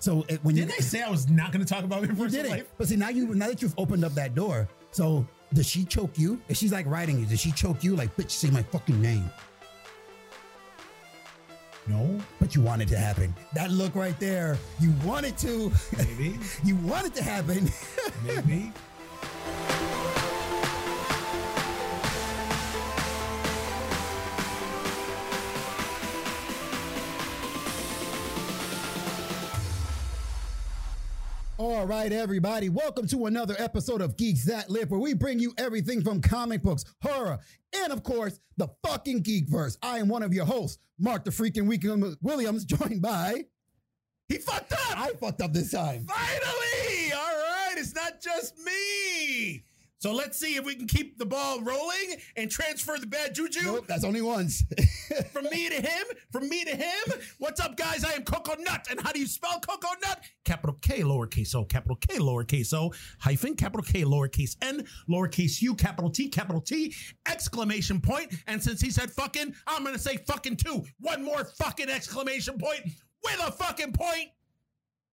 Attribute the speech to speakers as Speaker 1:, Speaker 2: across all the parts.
Speaker 1: So it, when
Speaker 2: Didn't
Speaker 1: you
Speaker 2: I say I was not going to talk about my
Speaker 1: you
Speaker 2: personal
Speaker 1: did it,
Speaker 2: life?
Speaker 1: but see now you now that you've opened up that door, so does she choke you? If she's like riding you, does she choke you? Like, bitch, say my fucking name.
Speaker 2: No,
Speaker 1: But you want it to happen. That look right there, you want it to.
Speaker 2: maybe,
Speaker 1: you want it to happen.
Speaker 2: maybe.
Speaker 1: All right, everybody, welcome to another episode of Geeks That Live, where we bring you everything from comic books, horror, and of course, the fucking Geekverse. I am one of your hosts, Mark the freaking Weekend Williams, joined by.
Speaker 2: He fucked up.
Speaker 1: I fucked up this time.
Speaker 2: Finally! All right, it's not just me. So let's see if we can keep the ball rolling and transfer the bad juju
Speaker 1: Nope, that's only once.
Speaker 2: from me to him, from me to him. What's up, guys? I am Coco Nut. And how do you spell Coco Nut? Capital K, lowercase o, capital K, lowercase o, hyphen, capital K, lowercase n, lowercase u, capital T, capital T, exclamation point. And since he said fucking, I'm going to say fucking too. One more fucking exclamation point with a fucking point.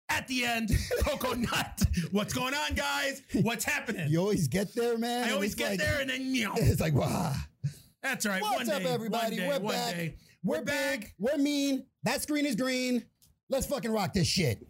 Speaker 2: At the end, Coco Nut. What's going on, guys? What's happening?
Speaker 1: you always get there, man.
Speaker 2: I
Speaker 1: and
Speaker 2: always
Speaker 1: it's
Speaker 2: get
Speaker 1: like-
Speaker 2: there and then, you know,
Speaker 1: It's like, wow.
Speaker 2: that's all right.
Speaker 1: What's
Speaker 2: one
Speaker 1: up,
Speaker 2: day,
Speaker 1: everybody?
Speaker 2: One day,
Speaker 1: We're
Speaker 2: one
Speaker 1: back.
Speaker 2: Day.
Speaker 1: We're big, we're mean, that screen is green. Let's fucking rock this shit.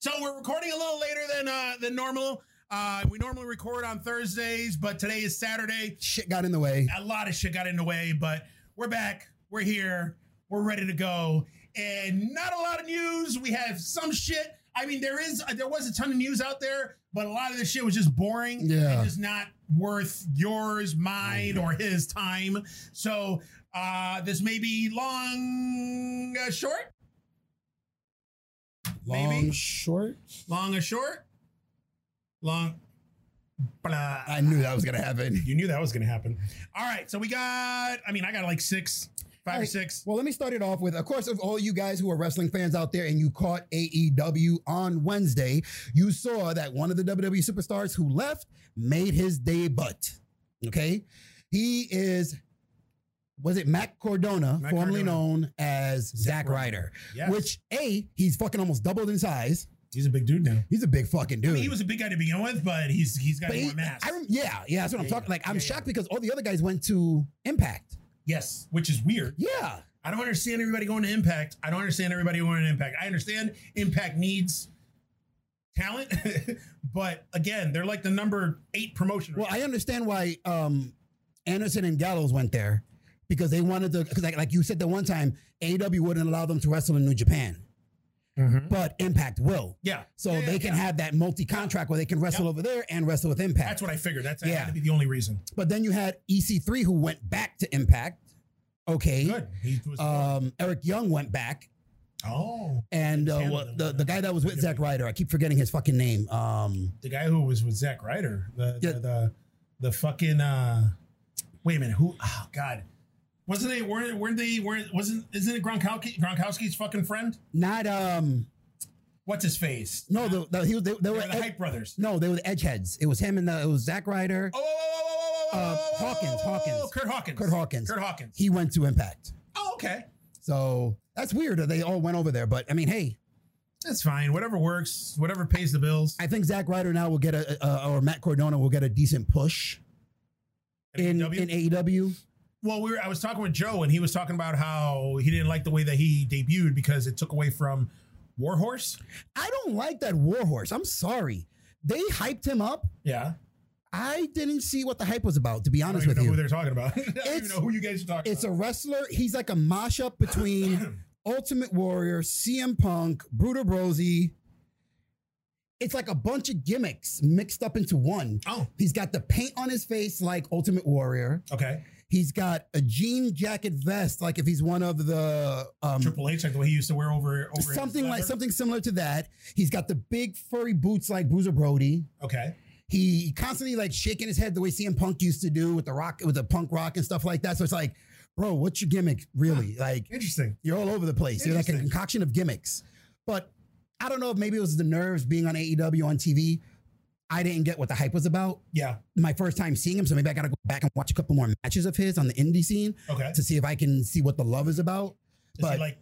Speaker 2: So we're recording a little later than uh, than normal. Uh, we normally record on Thursdays, but today is Saturday.
Speaker 1: Shit got in the way.
Speaker 2: A lot of shit got in the way, but we're back. We're here. We're ready to go. And not a lot of news. We have some shit. I mean, there is uh, there was a ton of news out there, but a lot of this shit was just boring.
Speaker 1: Yeah.
Speaker 2: and just not worth yours, mine, or his time. So uh, this may be long, uh, short,
Speaker 1: Long,
Speaker 2: Maybe.
Speaker 1: short.
Speaker 2: long or short, long. Blah.
Speaker 1: I knew that was gonna happen.
Speaker 2: You knew that was going to happen. All right, so we got. I mean, I got like six, five or
Speaker 1: Alright,
Speaker 2: six.
Speaker 1: Well, let me start it off with, of course, of all you guys who are wrestling fans out there and you caught AEW on Wednesday, you saw that one of the WWE superstars who left made his debut. Okay. He is, was it Matt Cordona,
Speaker 2: Matt
Speaker 1: formerly
Speaker 2: Cardona.
Speaker 1: known as Zack Ryder,
Speaker 2: Yes.
Speaker 1: which A, he's fucking almost doubled in size.
Speaker 2: He's a big dude now.
Speaker 1: He's a big fucking dude.
Speaker 2: I mean, he was a big guy to begin with, but he's he's got
Speaker 1: But he-
Speaker 2: more mass.
Speaker 1: I rem- yeah, yeah, that's what I'm
Speaker 2: Yeah,
Speaker 1: talking.
Speaker 2: yeah.
Speaker 1: Like, I'm
Speaker 2: Yeah, yeah.
Speaker 1: shocked because all the other guys went to Impact.
Speaker 2: yes, which is weird.
Speaker 1: Yeah,
Speaker 2: I don't understand everybody going to Impact. I don't understand everybody going to Impact. I understand Impact needs talent, but again, they're like the number eight promotion.
Speaker 1: Well, I understand why um, Anderson and Gallows went there because they wanted to. Because like, like you said, the one time AEW wouldn't allow them to wrestle in New Japan, but Impact will.
Speaker 2: yeah,
Speaker 1: Mm-hmm. So
Speaker 2: Hmm. Yeah, yeah,
Speaker 1: they can
Speaker 2: yeah.
Speaker 1: have that multi contract where they can wrestle over there and wrestle with Impact.
Speaker 2: That's what I figured. That's
Speaker 1: Yeah.
Speaker 2: had to be the only reason.
Speaker 1: but then you had EC3 who went back to Impact. Okay.
Speaker 2: Good. He was.
Speaker 1: Um, Eric Young went back,
Speaker 2: oh,
Speaker 1: and uh,
Speaker 2: Canada
Speaker 1: what-
Speaker 2: went
Speaker 1: the the
Speaker 2: back.
Speaker 1: guy that was with Zack Ryder, I keep forgetting his fucking name. Um,
Speaker 2: the guy who was with Zack Ryder, the
Speaker 1: Yeah.
Speaker 2: the, the the fucking uh wait a minute, who oh god. Wasn't they weren't weren't they weren't wasn't isn't it Gronkowski Gronkowski's fucking friend?
Speaker 1: not um,
Speaker 2: What's his face?
Speaker 1: no, the, the, he was, they, they were
Speaker 2: They're the hype brothers.
Speaker 1: no, they were the Edgeheads. It was him and the it was Zack Ryder.
Speaker 2: Oh, whoa, whoa, whoa, whoa, whoa,
Speaker 1: Uh,
Speaker 2: whoa, whoa, whoa,
Speaker 1: Hawkins,
Speaker 2: whoa, whoa,
Speaker 1: Hawkins.
Speaker 2: whoa, Kurt Hawkins.
Speaker 1: Kurt Hawkins.
Speaker 2: Kurt Hawkins.
Speaker 1: he went to Impact.
Speaker 2: Oh, okay.
Speaker 1: So that's weird that they all went over there. But I mean, hey,
Speaker 2: That's fine. Whatever works, whatever pays the bills.
Speaker 1: I think Zack Ryder now will get a, a or Matt Cordona will get a decent push in
Speaker 2: NW?
Speaker 1: in E AEW.
Speaker 2: well, we were, I was talking with Joe and he was talking about how he didn't like the way that he debuted because it took away from Warhorse.
Speaker 1: I don't like that Warhorse. I'm sorry, they hyped him up.
Speaker 2: Yeah.
Speaker 1: I didn't see what the hype was about. To be
Speaker 2: I don't
Speaker 1: honest
Speaker 2: even
Speaker 1: with
Speaker 2: know who
Speaker 1: you,
Speaker 2: they're talking about. I don't even
Speaker 1: It's-
Speaker 2: know who you guys are talking
Speaker 1: it's
Speaker 2: about.
Speaker 1: a wrestler. He's like a mashup between Ultimate Warrior, CM Punk, Brutal Brosy. It's like a bunch of gimmicks mixed up into one.
Speaker 2: Oh,
Speaker 1: He's got the paint on his face like Ultimate Warrior.
Speaker 2: okay.
Speaker 1: He's got a jean jacket vest, like if he's one of the um,
Speaker 2: Triple H, like the way he used to wear over, over his
Speaker 1: something like
Speaker 2: leather.
Speaker 1: something similar to that. He's got the big furry boots like Bruiser Brody.
Speaker 2: Okay,
Speaker 1: He constantly like shaking his head the way CM Punk used to do with the rock with the punk rock and stuff like that. So it's like, bro, what's your gimmick really? Like
Speaker 2: interesting.
Speaker 1: you're all over the place. You're like a
Speaker 2: Interesting.
Speaker 1: concoction of gimmicks. But I don't know if maybe it was the nerves being on AEW on TV. I didn't get what the hype was about.
Speaker 2: Yeah.
Speaker 1: My first time seeing him, so maybe I gotta go back and watch a couple more matches of his on the indie scene.
Speaker 2: Okay.
Speaker 1: to see if I can see what the love is about.
Speaker 2: Is he
Speaker 1: But
Speaker 2: like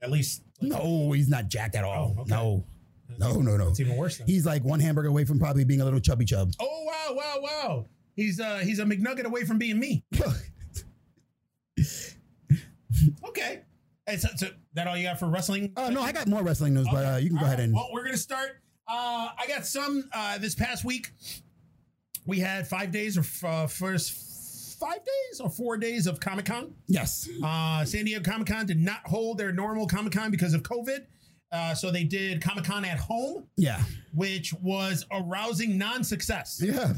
Speaker 2: At least like,
Speaker 1: No, he's not jacked at all.
Speaker 2: Oh, okay.
Speaker 1: No, no, no, no.
Speaker 2: It's even worse than.
Speaker 1: He's like one hamburger away from probably being a little chubby chub.
Speaker 2: oh wow, wow, wow. He's uh he's a McNugget away from being me. Okay. And so, so that all you got for wrestling?
Speaker 1: Uh, no, I got more wrestling news, but uh, you can go
Speaker 2: All
Speaker 1: ahead
Speaker 2: right,
Speaker 1: and.
Speaker 2: Well, we're gonna start. Uh, I got some uh, this past week. We had five days or f- uh, first five days or four days of Comic Con.
Speaker 1: Yes.
Speaker 2: Uh, San Diego Comic Con did not hold their normal Comic Con because of COVID. Uh, so they did Comic Con at home,
Speaker 1: Yeah.
Speaker 2: which was a rousing non-success.
Speaker 1: Yeah.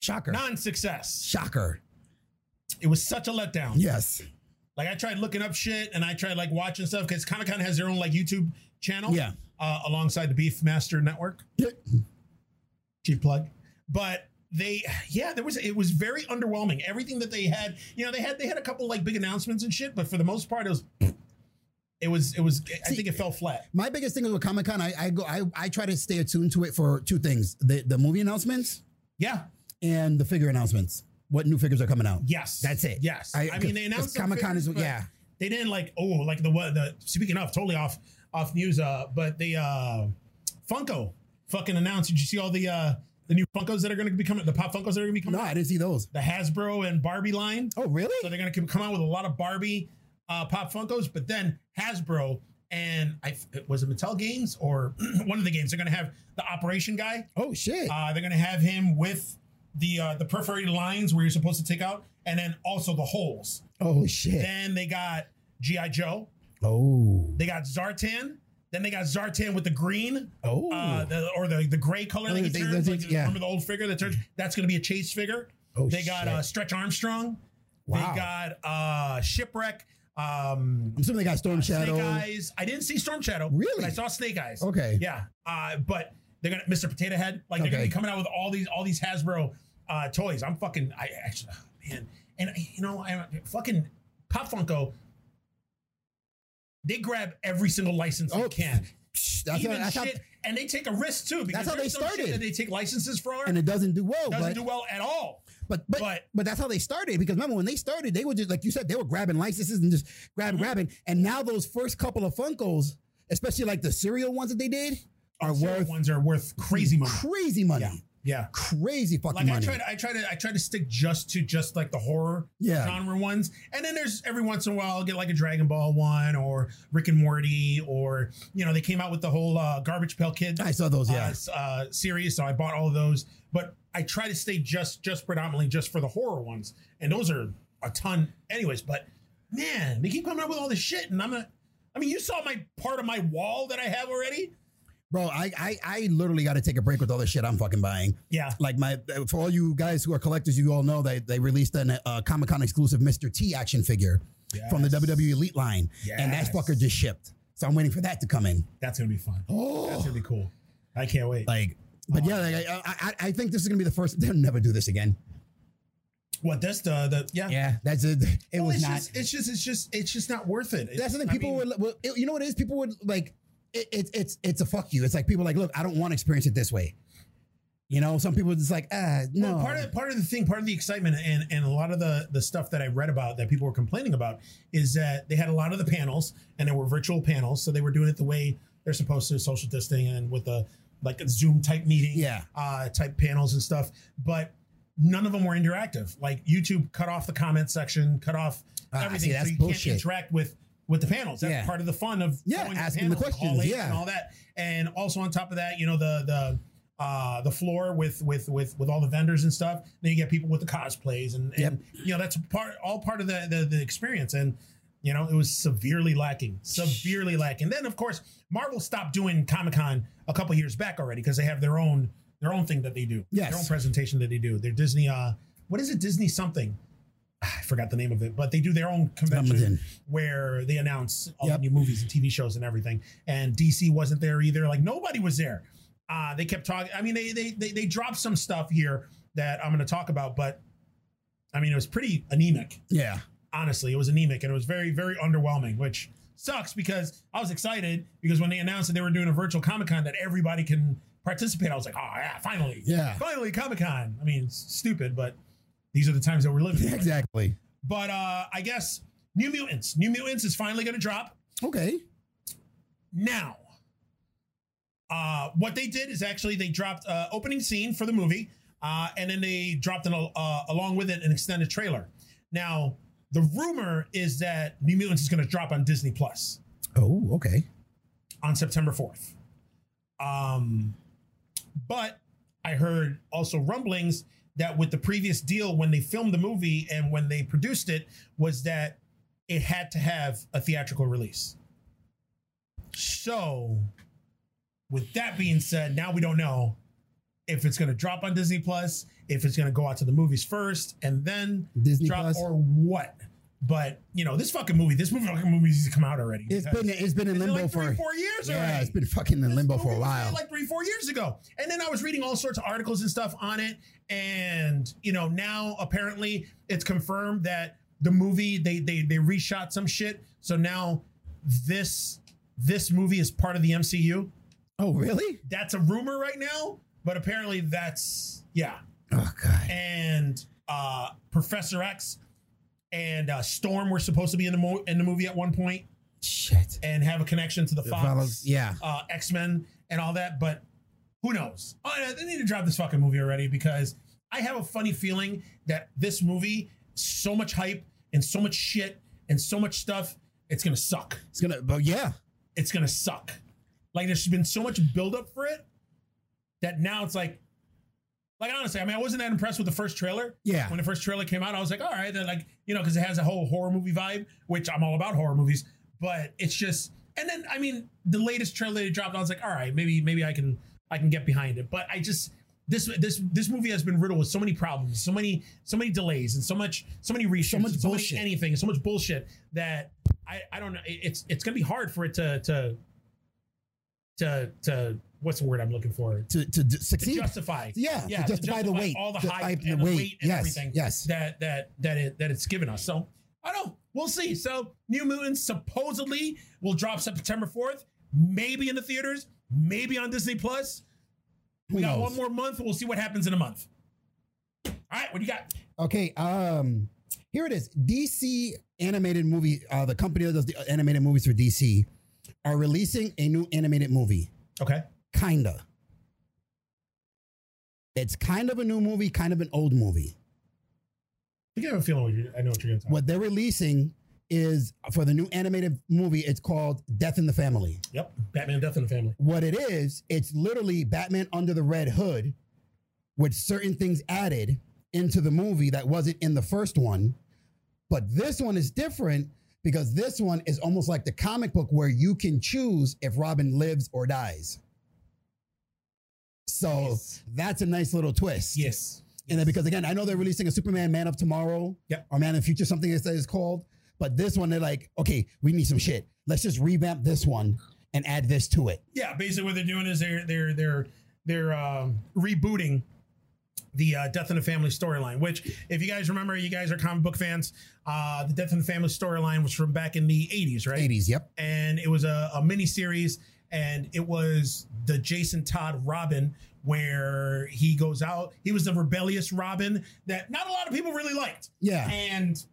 Speaker 1: Shocker.
Speaker 2: Non-success.
Speaker 1: Shocker.
Speaker 2: It was such a letdown.
Speaker 1: Yes.
Speaker 2: Like I tried looking up shit and I tried like watching stuff because Comic Con has their own like YouTube channel.
Speaker 1: Yeah.
Speaker 2: Uh, alongside the Beefmaster Network.
Speaker 1: Yeah.
Speaker 2: Cheap plug. But they yeah, there was it was very underwhelming. Everything that they had, you know, they had they had a couple like big announcements and shit, but for the most part it was it was it was I think it fell flat.
Speaker 1: My biggest thing is with Comic Con, I, I go, I, I try to stay attuned to it for two things: the the movie announcements
Speaker 2: Yeah.
Speaker 1: and the figure announcements. What new figures are coming out?
Speaker 2: Yes.
Speaker 1: That's it.
Speaker 2: Yes. I, mean they announced some
Speaker 1: Comic Con is
Speaker 2: figures, but
Speaker 1: yeah.
Speaker 2: They didn't like oh like the what the speaking of totally off off news uh but the uh Funko fucking announced did you see all the uh the new Funkos that are going to be coming the pop Funkos that are going to be coming
Speaker 1: No, I didn't see those.
Speaker 2: the Hasbro and Barbie line
Speaker 1: Oh,
Speaker 2: so
Speaker 1: really?
Speaker 2: they're going to come out with a lot of Barbie uh pop Funkos but then Hasbro and I it was it Mattel Games or one of the games they're going to have the Operation guy
Speaker 1: Oh shit!
Speaker 2: uh, they're gonna have him with the uh, the perforated lines where you're supposed to take out, and then also the holes.
Speaker 1: oh shit!
Speaker 2: Then they got GI Joe.
Speaker 1: Oh
Speaker 2: They got Zartan. Then they got Zartan with the green,
Speaker 1: oh.
Speaker 2: uh, the, or the the gray color that he
Speaker 1: They- they-
Speaker 2: turns.
Speaker 1: they-
Speaker 2: like,
Speaker 1: yeah.
Speaker 2: Remember the old figure that turns? That's gonna be a chase figure.
Speaker 1: Oh,
Speaker 2: they got
Speaker 1: shit.
Speaker 2: uh, Stretch Armstrong.
Speaker 1: Wow.
Speaker 2: They got uh, Shipwreck. Um,
Speaker 1: I'm assuming they got Storm Shadow.
Speaker 2: Snake Eyes. I didn't see Storm Shadow.
Speaker 1: Really?
Speaker 2: but I saw Snake Eyes.
Speaker 1: Okay.
Speaker 2: Yeah. Uh, but they're gonna Mr. Potato Head. Like they're gonna
Speaker 1: Okay.
Speaker 2: be coming out with all these all these Hasbro uh, toys. I'm fucking. I actually, oh, man. And you know, I'm fucking Pop Funko. They grab every single license
Speaker 1: Oh,
Speaker 2: they can,
Speaker 1: Psh, That's how,
Speaker 2: even
Speaker 1: that's how,
Speaker 2: shit, and they take a risk too. Because
Speaker 1: That's how
Speaker 2: there's
Speaker 1: they
Speaker 2: some shit
Speaker 1: started.
Speaker 2: That they take licenses for
Speaker 1: and it doesn't do well.
Speaker 2: doesn't
Speaker 1: but,
Speaker 2: do well at all.
Speaker 1: But but, but
Speaker 2: But-
Speaker 1: that's how they started because remember when they started they were just like you said they were grabbing licenses and just grab
Speaker 2: Mm-hmm.
Speaker 1: grabbing and now those first couple of Funkos especially like the cereal ones that they did are
Speaker 2: Certain
Speaker 1: worth
Speaker 2: ones are worth crazy money.
Speaker 1: crazy money
Speaker 2: Yeah. Yeah.
Speaker 1: crazy fucking
Speaker 2: Like I
Speaker 1: money
Speaker 2: try to, I try to, I try to stick just to just like the horror
Speaker 1: Yeah.
Speaker 2: genre ones, and then there's every once in a while I'll get like a Dragon Ball one or Rick and Morty, or you know they came out with the whole uh, Garbage Pail Kid
Speaker 1: I saw those
Speaker 2: uh,
Speaker 1: yeah
Speaker 2: s- uh, series, so I bought all of those. But I try to stay just just predominantly just for the horror ones, and those are a ton, anyways. But man, they keep coming up with all this shit, and I'm not. I mean, you saw my part of my wall that I have already.
Speaker 1: bro I I, I literally got to take a break with all the shit I'm fucking buying
Speaker 2: Yeah,
Speaker 1: like my for all you guys who are collectors you all know they they released an uh, Comic Con exclusive Mr T action figure from the E.
Speaker 2: Yes.
Speaker 1: WWE Elite line and that
Speaker 2: Yes.
Speaker 1: fucker just shipped so I'm waiting for that to come in
Speaker 2: That's gonna be fun.
Speaker 1: oh
Speaker 2: That's gonna be cool. I can't wait.
Speaker 1: Like, but yeah, like, I, I, I think this is gonna be the first. They'll never do this again.
Speaker 2: What? That's the the yeah.
Speaker 1: Yeah, that's it. It
Speaker 2: Well,
Speaker 1: was
Speaker 2: it's
Speaker 1: not.
Speaker 2: Just, it's just, it's just, it's just not worth it. It's-
Speaker 1: that's the thing.
Speaker 2: I
Speaker 1: People
Speaker 2: mean,
Speaker 1: would, would- you know what it is? People would like. It, it, it's it's a fuck you. It's like people are like, look, I don't want to experience it this way. You know, some people just like, ah, no.
Speaker 2: well, part of part of the thing, part of the excitement, and and a lot of the the stuff that I read about that people were complaining about is that they had a lot of the panels and they were virtual panels, so they were doing it the way they're supposed to, social distancing and with the like a Zoom type meeting,
Speaker 1: Yeah.
Speaker 2: uh, type panels and stuff, but. None of them were interactive. Like YouTube cut off the comment section, cut off
Speaker 1: Ah,
Speaker 2: everything,
Speaker 1: see, that's
Speaker 2: so you
Speaker 1: bullshit.
Speaker 2: can't interact with with the panels. That's
Speaker 1: Yeah.
Speaker 2: part of the fun of
Speaker 1: Yeah,
Speaker 2: going to
Speaker 1: asking the
Speaker 2: panels and
Speaker 1: questions,
Speaker 2: all that
Speaker 1: yeah.
Speaker 2: and all that. And also on top of that, you know the the uh, the floor with with with with all the vendors and stuff. Then you get people with the cosplays and, and you know that's part all part of the, the the experience. And you know it was severely lacking, severely lacking. Then of course Marvel stopped doing Comic Con a couple years back already because they have their own their own thing that they do,
Speaker 1: Yes.
Speaker 2: their own presentation that they do. Their Disney uh what is it Disney something. I forgot the name of it, but they do their own
Speaker 1: Something.
Speaker 2: convention where they announce all
Speaker 1: Yep.
Speaker 2: the new movies and TV shows and everything. And DC wasn't there either. Like nobody was there. Uh, they kept talking. I mean, they, they they they dropped some stuff here that I'm going to talk about, but I mean, it was pretty anemic.
Speaker 1: yeah,
Speaker 2: Honestly, it was anemic and it was very very underwhelming, which sucks because I was excited because when they announced that they were doing a virtual Comic Con that everybody can participate, I was like, oh yeah, finally,
Speaker 1: yeah,
Speaker 2: finally Comic Con. I mean, it's stupid, but these are the times that we're living. in.
Speaker 1: exactly.
Speaker 2: But uh, I guess New Mutants. New Mutants is finally going to drop
Speaker 1: Okay.
Speaker 2: now. Uh, what they did is actually they dropped uh, opening scene for the movie, uh, and then they dropped an, uh, along with it an extended trailer. Now the rumor is that New Mutants is going to drop on Disney Plus
Speaker 1: Oh, okay.
Speaker 2: on September fourth. Um, but I heard also rumblings that with the previous deal, when they filmed the movie and when they produced it, was that it had to have a theatrical release. So, with that being said, now we don't know if it's going to drop on Disney Plus, if it's going to go out to the movies first, and then
Speaker 1: Disney
Speaker 2: drop
Speaker 1: Plus.
Speaker 2: or what. But you know, this fucking movie, this movie, fucking movie needs to come out already.
Speaker 1: It's been it's been in
Speaker 2: It's been
Speaker 1: limbo
Speaker 2: like
Speaker 1: for
Speaker 2: three, four years
Speaker 1: yeah.
Speaker 2: already.
Speaker 1: It's been fucking in
Speaker 2: This
Speaker 1: limbo
Speaker 2: movie
Speaker 1: for a
Speaker 2: was made
Speaker 1: while.
Speaker 2: like three, four years ago. And then I was reading all sorts of articles and stuff on it. And, you know, now apparently it's confirmed that the movie, they they they reshot some shit. So now this this movie is part of the MCU.
Speaker 1: Oh, really?
Speaker 2: That's a rumor right now, but apparently that's yeah.
Speaker 1: Oh god.
Speaker 2: And uh Professor X and uh Storm were supposed to be in the mo- in the movie at one point
Speaker 1: Shit.
Speaker 2: and have a connection to the Fox
Speaker 1: Follows- Yeah.
Speaker 2: uh, X Men and all that, but who knows? Uh, they need to drop this fucking movie already because I have a funny feeling that this movie, so much hype and so much shit and so much stuff, it's gonna suck.
Speaker 1: It's gonna. But yeah.
Speaker 2: It's gonna suck. Like there's been so much buildup for it that now it's like, like honestly, I mean, I wasn't that impressed with the first trailer.
Speaker 1: Yeah.
Speaker 2: When the first trailer came out, I was like, all right, then like, you know, because it has a whole horror movie vibe, which I'm all about horror movies, but it's just and then I mean, the latest trailer they dropped, I was like, all right, maybe maybe I can I can get behind it. But I just this this this movie has been riddled with so many problems, so many so many delays and so much so many reshoots,
Speaker 1: much
Speaker 2: and
Speaker 1: bullshit.
Speaker 2: many anything, so much bullshit that I I don't know. It- It's it's gonna be hard for it to to to to what's the word I'm looking for?
Speaker 1: To to d-
Speaker 2: to
Speaker 1: succeed.
Speaker 2: justify.
Speaker 1: Yeah, to justify the weight,
Speaker 2: all the
Speaker 1: the
Speaker 2: hype
Speaker 1: hype,
Speaker 2: and the weight, and
Speaker 1: yes,
Speaker 2: everything
Speaker 1: yes.
Speaker 2: that that that it that it's given us. So I don't. We'll see. So New Mutants supposedly will drop September fourth, maybe in the theaters, maybe on Disney Plus.
Speaker 1: Who
Speaker 2: We got
Speaker 1: knows?
Speaker 2: one more month. We'll see what happens in a month. All right, what do you got?
Speaker 1: Okay. Um, here it is. DC animated movie. Uh, the company that does the animated movies for DC are releasing a new animated movie.
Speaker 2: Okay,
Speaker 1: Kinda. It's kind of a new movie, kind of an old movie.
Speaker 2: I think I have a feeling. What you I know what you're going to talk.
Speaker 1: What they're releasing is for the new animated movie. It's called Death in the Family.
Speaker 2: Yep, Batman: Death in the Family.
Speaker 1: What it is, it's literally Batman under the red hood with certain things added into the movie that wasn't in the first one. But this one is different because this one is almost like the comic book where you can choose if Robin lives or dies. So
Speaker 2: Yes.
Speaker 1: that's a nice little twist.
Speaker 2: Yes.
Speaker 1: And then because again, I know they're releasing a Superman Man of Tomorrow
Speaker 2: Yep.
Speaker 1: or Man of the Future, something that is called. But this one, they're like, okay, we need some shit. Let's just revamp this one and add this to it.
Speaker 2: Yeah, basically what they're doing is they're they're they're they're um, rebooting the uh, Death in the Family storyline. Which, if you guys remember, you guys are comic book fans. Uh, the Death in the Family storyline was from back in the '80s, right?
Speaker 1: 80s, yep.
Speaker 2: and it was a, a mini series and it was the jason todd robin where he goes out he was the rebellious robin that not a lot of people really liked
Speaker 1: Yeah.
Speaker 2: and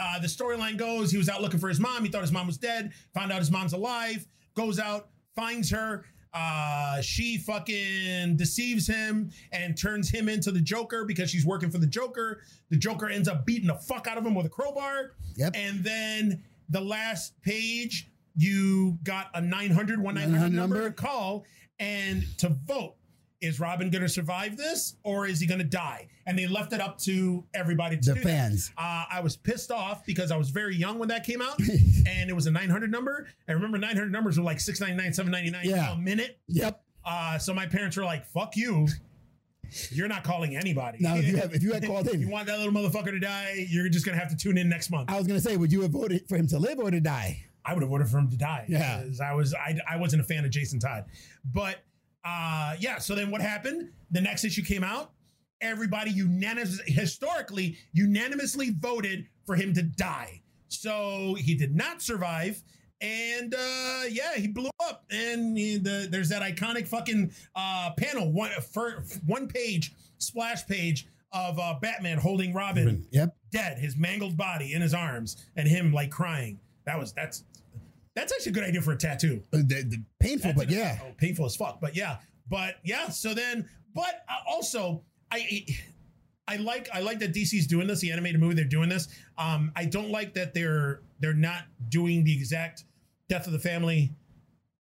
Speaker 2: uh, the storyline goes he was out looking for his mom he thought his mom was dead found out his mom's alive goes out finds her uh, she fucking deceives him and turns him into the joker because she's working for the joker the joker ends up beating the fuck out of him with a crowbar
Speaker 1: Yep.
Speaker 2: and then the last page, you got a 900, 1 900
Speaker 1: 900
Speaker 2: number
Speaker 1: number.
Speaker 2: to call and to vote. Is Robin going to survive this or is he going to die? And they left it up to everybody to
Speaker 1: The
Speaker 2: do that.
Speaker 1: fans.
Speaker 2: Uh, I was pissed off because I was very young when that came out and it was a 900 number. I remember 900 numbers were like 699, 799
Speaker 1: Yeah.
Speaker 2: a minute.
Speaker 1: Yep.
Speaker 2: Uh, so my parents were like, fuck you. You're not calling anybody.
Speaker 1: Now, if you have- if you had called in-
Speaker 2: you want that little motherfucker to die, you're just going to have to tune in next month.
Speaker 1: I was gonna say, would you have voted for him to live or to die?
Speaker 2: I would have voted for him to die.
Speaker 1: Yeah.
Speaker 2: 'Cause I was I, I wasn't a fan of Jason Todd, but uh, yeah. So then what happened? The next issue came out. Everybody unanimous, historically unanimously voted for him to die. So he did not survive. And uh, yeah, he blew up. And he- the, there's that iconic fucking uh, panel, one, fir- one page, splash page of uh, Batman holding Robin
Speaker 1: Yep.
Speaker 2: dead, his mangled body in his arms, and him like crying. That was that's that's actually a good idea for a tattoo.
Speaker 1: Uh, the- the- painful,
Speaker 2: That's
Speaker 1: but
Speaker 2: an-
Speaker 1: yeah.
Speaker 2: oh, painful as fuck. But yeah, but yeah. So then, but uh, also, I, I like, I like that DC's doing this. The animated movie, they're doing this. Um, I don't like that they're they're not doing the exact death of the family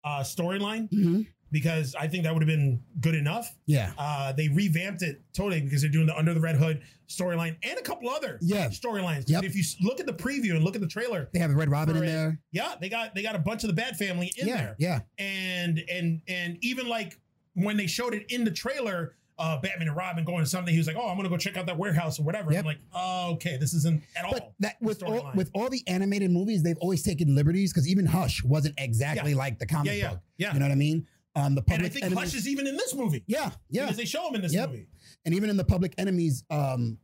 Speaker 2: uh, storyline
Speaker 1: Mhm.
Speaker 2: because I think that would have been good enough.
Speaker 1: Yeah.
Speaker 2: Uh, they revamped it totally because they're doing the Under the Red Hood storyline and a couple other
Speaker 1: Yeah.
Speaker 2: storylines.
Speaker 1: Yep.
Speaker 2: If you s- look at the preview and look at the trailer,
Speaker 1: They have a Red Robin in
Speaker 2: For it.
Speaker 1: there.
Speaker 2: yeah, they got they got a bunch of the Bat Family in
Speaker 1: yeah.
Speaker 2: there
Speaker 1: Yeah.
Speaker 2: and and and even like when they showed it in the trailer uh batman and robin going to something he was like oh i'm gonna go check out that warehouse or whatever
Speaker 1: Yep.
Speaker 2: i'm like oh, okay this isn't at all
Speaker 1: But that with all,
Speaker 2: storyline.
Speaker 1: with all the animated movies, they've always taken liberties because even Hush wasn't exactly like the
Speaker 2: yeah
Speaker 1: comic
Speaker 2: yeah
Speaker 1: book.
Speaker 2: yeah
Speaker 1: You know what I mean? Um, the
Speaker 2: and
Speaker 1: public
Speaker 2: i think
Speaker 1: enemy-
Speaker 2: hush is even in this movie
Speaker 1: yeah, yeah,
Speaker 2: because they show him in this
Speaker 1: Yep.
Speaker 2: movie
Speaker 1: and even in the public enemies um,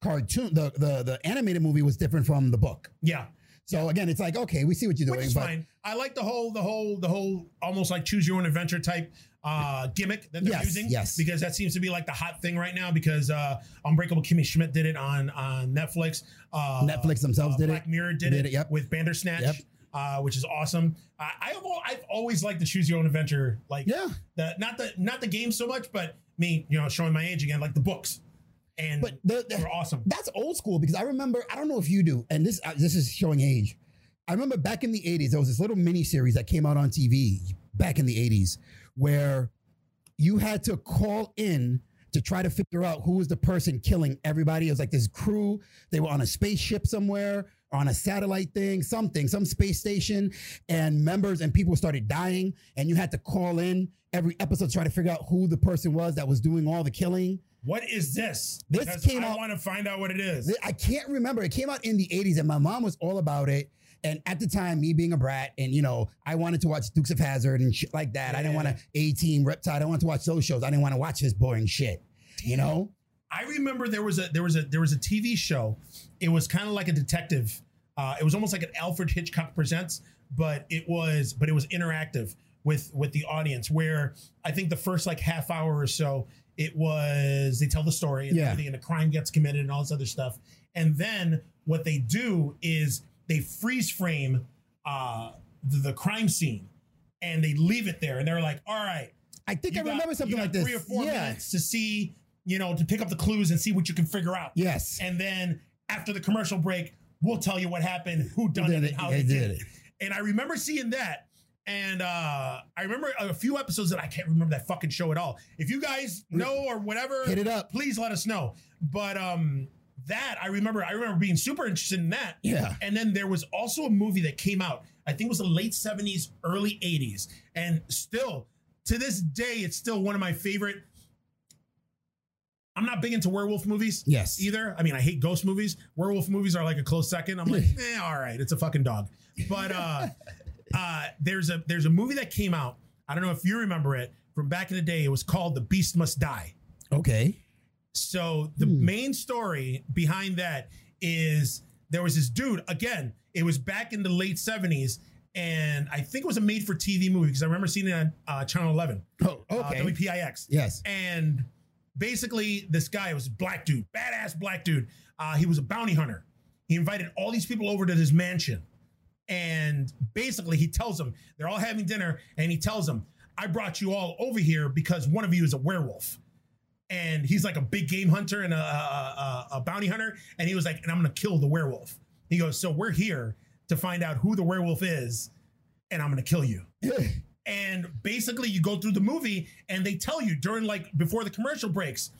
Speaker 1: cartoon, the, the the animated movie was different from the book.
Speaker 2: yeah
Speaker 1: So again, it's like okay, we see what you're
Speaker 2: which
Speaker 1: doing,
Speaker 2: is
Speaker 1: but
Speaker 2: fine i like the whole the whole the whole almost like choose your own adventure type uh gimmick that they're
Speaker 1: Yes,
Speaker 2: using
Speaker 1: yes.
Speaker 2: because that seems to be like the hot thing right now because uh unbreakable kimmy schmidt did it on on netflix uh
Speaker 1: Netflix themselves
Speaker 2: Uh,
Speaker 1: did
Speaker 2: Black
Speaker 1: it.
Speaker 2: Mirror did,
Speaker 1: Did
Speaker 2: it,
Speaker 1: it, yep.
Speaker 2: with Bandersnatch,
Speaker 1: Yep.
Speaker 2: uh, which is awesome. I, I have all, I've always liked the choose your own adventure, like
Speaker 1: Yeah,
Speaker 2: the not the not the game so much, but me, you know, showing my age again, like the books, and
Speaker 1: but the,
Speaker 2: they were
Speaker 1: the,
Speaker 2: awesome.
Speaker 1: that's old school because I remember. I don't know if you do, and this uh, this is showing age. I remember back in the '80s, there was this little mini series that came out on TV back in the '80s where you had to call in to try to figure out who was the person killing everybody. It was like this crew. They were on a spaceship somewhere, on a satellite thing, something, some space station, and members and people started dying. And you had to call in every episode to try to figure out who the person was that was doing all the killing.
Speaker 2: What is this?
Speaker 1: This
Speaker 2: Because
Speaker 1: came
Speaker 2: I
Speaker 1: out-
Speaker 2: want to find out what it is.
Speaker 1: I can't remember. It came out in the 80s, and my mom was all about it. And at the time, me being a brat, and you know, I wanted to watch Dukes of Hazard and shit like that. I didn't want to A Team Reptile. I wanted to watch those shows. I didn't want to watch his boring shit. You know?
Speaker 2: I remember there was a there was a there was a TV show. It was kind of like a detective. Uh, it was almost like an Alfred Hitchcock presents, but it was but it was interactive with with the audience. Where I think the first like half hour or so, it was they tell the story and
Speaker 1: Yeah.
Speaker 2: everything, and the crime gets committed and all this other stuff. And then what they do is they freeze frame uh, the, the crime scene, and they leave it there, and they're like, "All right."
Speaker 1: I think
Speaker 2: you
Speaker 1: I
Speaker 2: got-
Speaker 1: remember something
Speaker 2: you got
Speaker 1: like this.
Speaker 2: Three or four
Speaker 1: yeah.
Speaker 2: minutes to see, you know, to pick up the clues and see what you can figure out.
Speaker 1: Yes.
Speaker 2: And then after the commercial break, we'll tell you what happened, who done it,
Speaker 1: Did
Speaker 2: and
Speaker 1: it.
Speaker 2: how
Speaker 1: They
Speaker 2: they did
Speaker 1: did
Speaker 2: it. And I remember seeing that. And uh, I remember a few episodes that I can't remember that fucking show at all. If you guys know or whatever,
Speaker 1: Hit it up.
Speaker 2: please let us know. But um, that I remember, I remember being super interested in that.
Speaker 1: Yeah.
Speaker 2: And then there was also a movie that came out. I think it was the late 70s, early 80s. And still, to this day, it's still one of my favorite. I'm not big into werewolf movies
Speaker 1: Yes.
Speaker 2: either. I mean, I hate ghost movies. Werewolf movies are like a close second. I'm like, eh, all right, it's a fucking dog. But uh, uh, there's a there's a movie that came out. I don't know if you remember it from back in the day. It was called The Beast Must Die.
Speaker 1: Okay.
Speaker 2: So the
Speaker 1: Hmm.
Speaker 2: main story behind that is there was this dude again. It was back in the late '70s, and I think it was a made-for-TV movie because I remember seeing it on uh, Channel 11,
Speaker 1: Oh,
Speaker 2: uh,
Speaker 1: okay.
Speaker 2: WPIX
Speaker 1: yes.
Speaker 2: and basically this guy was a black dude badass black dude uh, he was a bounty hunter he invited all these people over to his mansion and basically he tells them they're all having dinner and he tells them i brought you all over here because one of you is a werewolf and he's like a big game hunter and a, a, a, a bounty hunter and he was like and i'm gonna kill the werewolf he goes so we're here to find out who the werewolf is and i'm gonna kill you and basically you go through the movie and they tell you during like before the commercial breaks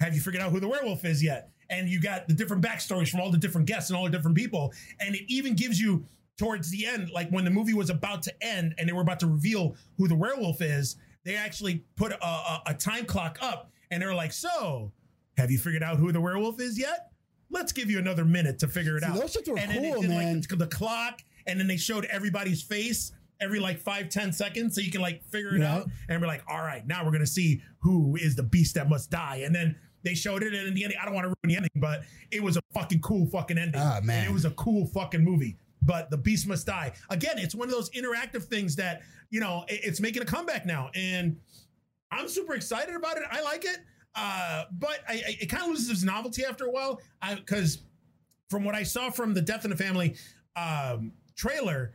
Speaker 2: have you figured out who the werewolf is yet and you got the different backstories from all the different guests and all the different people and it even gives you towards the end like when the movie was about to end and they were about to reveal who the werewolf is they actually put a, a, a time clock up and they're like so have you figured out who the werewolf is yet let's give you another minute to figure it
Speaker 1: See,
Speaker 2: out
Speaker 1: those shits were
Speaker 2: then they
Speaker 1: cool,
Speaker 2: did,
Speaker 1: man.
Speaker 2: Like, the- the clock, and then they showed everybody's face every like five, ten seconds, so you can like figure it
Speaker 1: Yeah.
Speaker 2: out. And we're like, all right, now we're gonna see who is the beast that must die. And then they showed it, and in the ending, I don't want to ruin the ending, but it was a fucking cool fucking ending.
Speaker 1: Ah, man.
Speaker 2: And it was a cool fucking movie. But the beast must die. Again, it's one of those interactive things that you know it- it's making a comeback now, and I'm super excited about it. I like it. Uh, but I, I, it kind of loses its novelty after a while uh, because from what I saw from the Death in the Family um, trailer,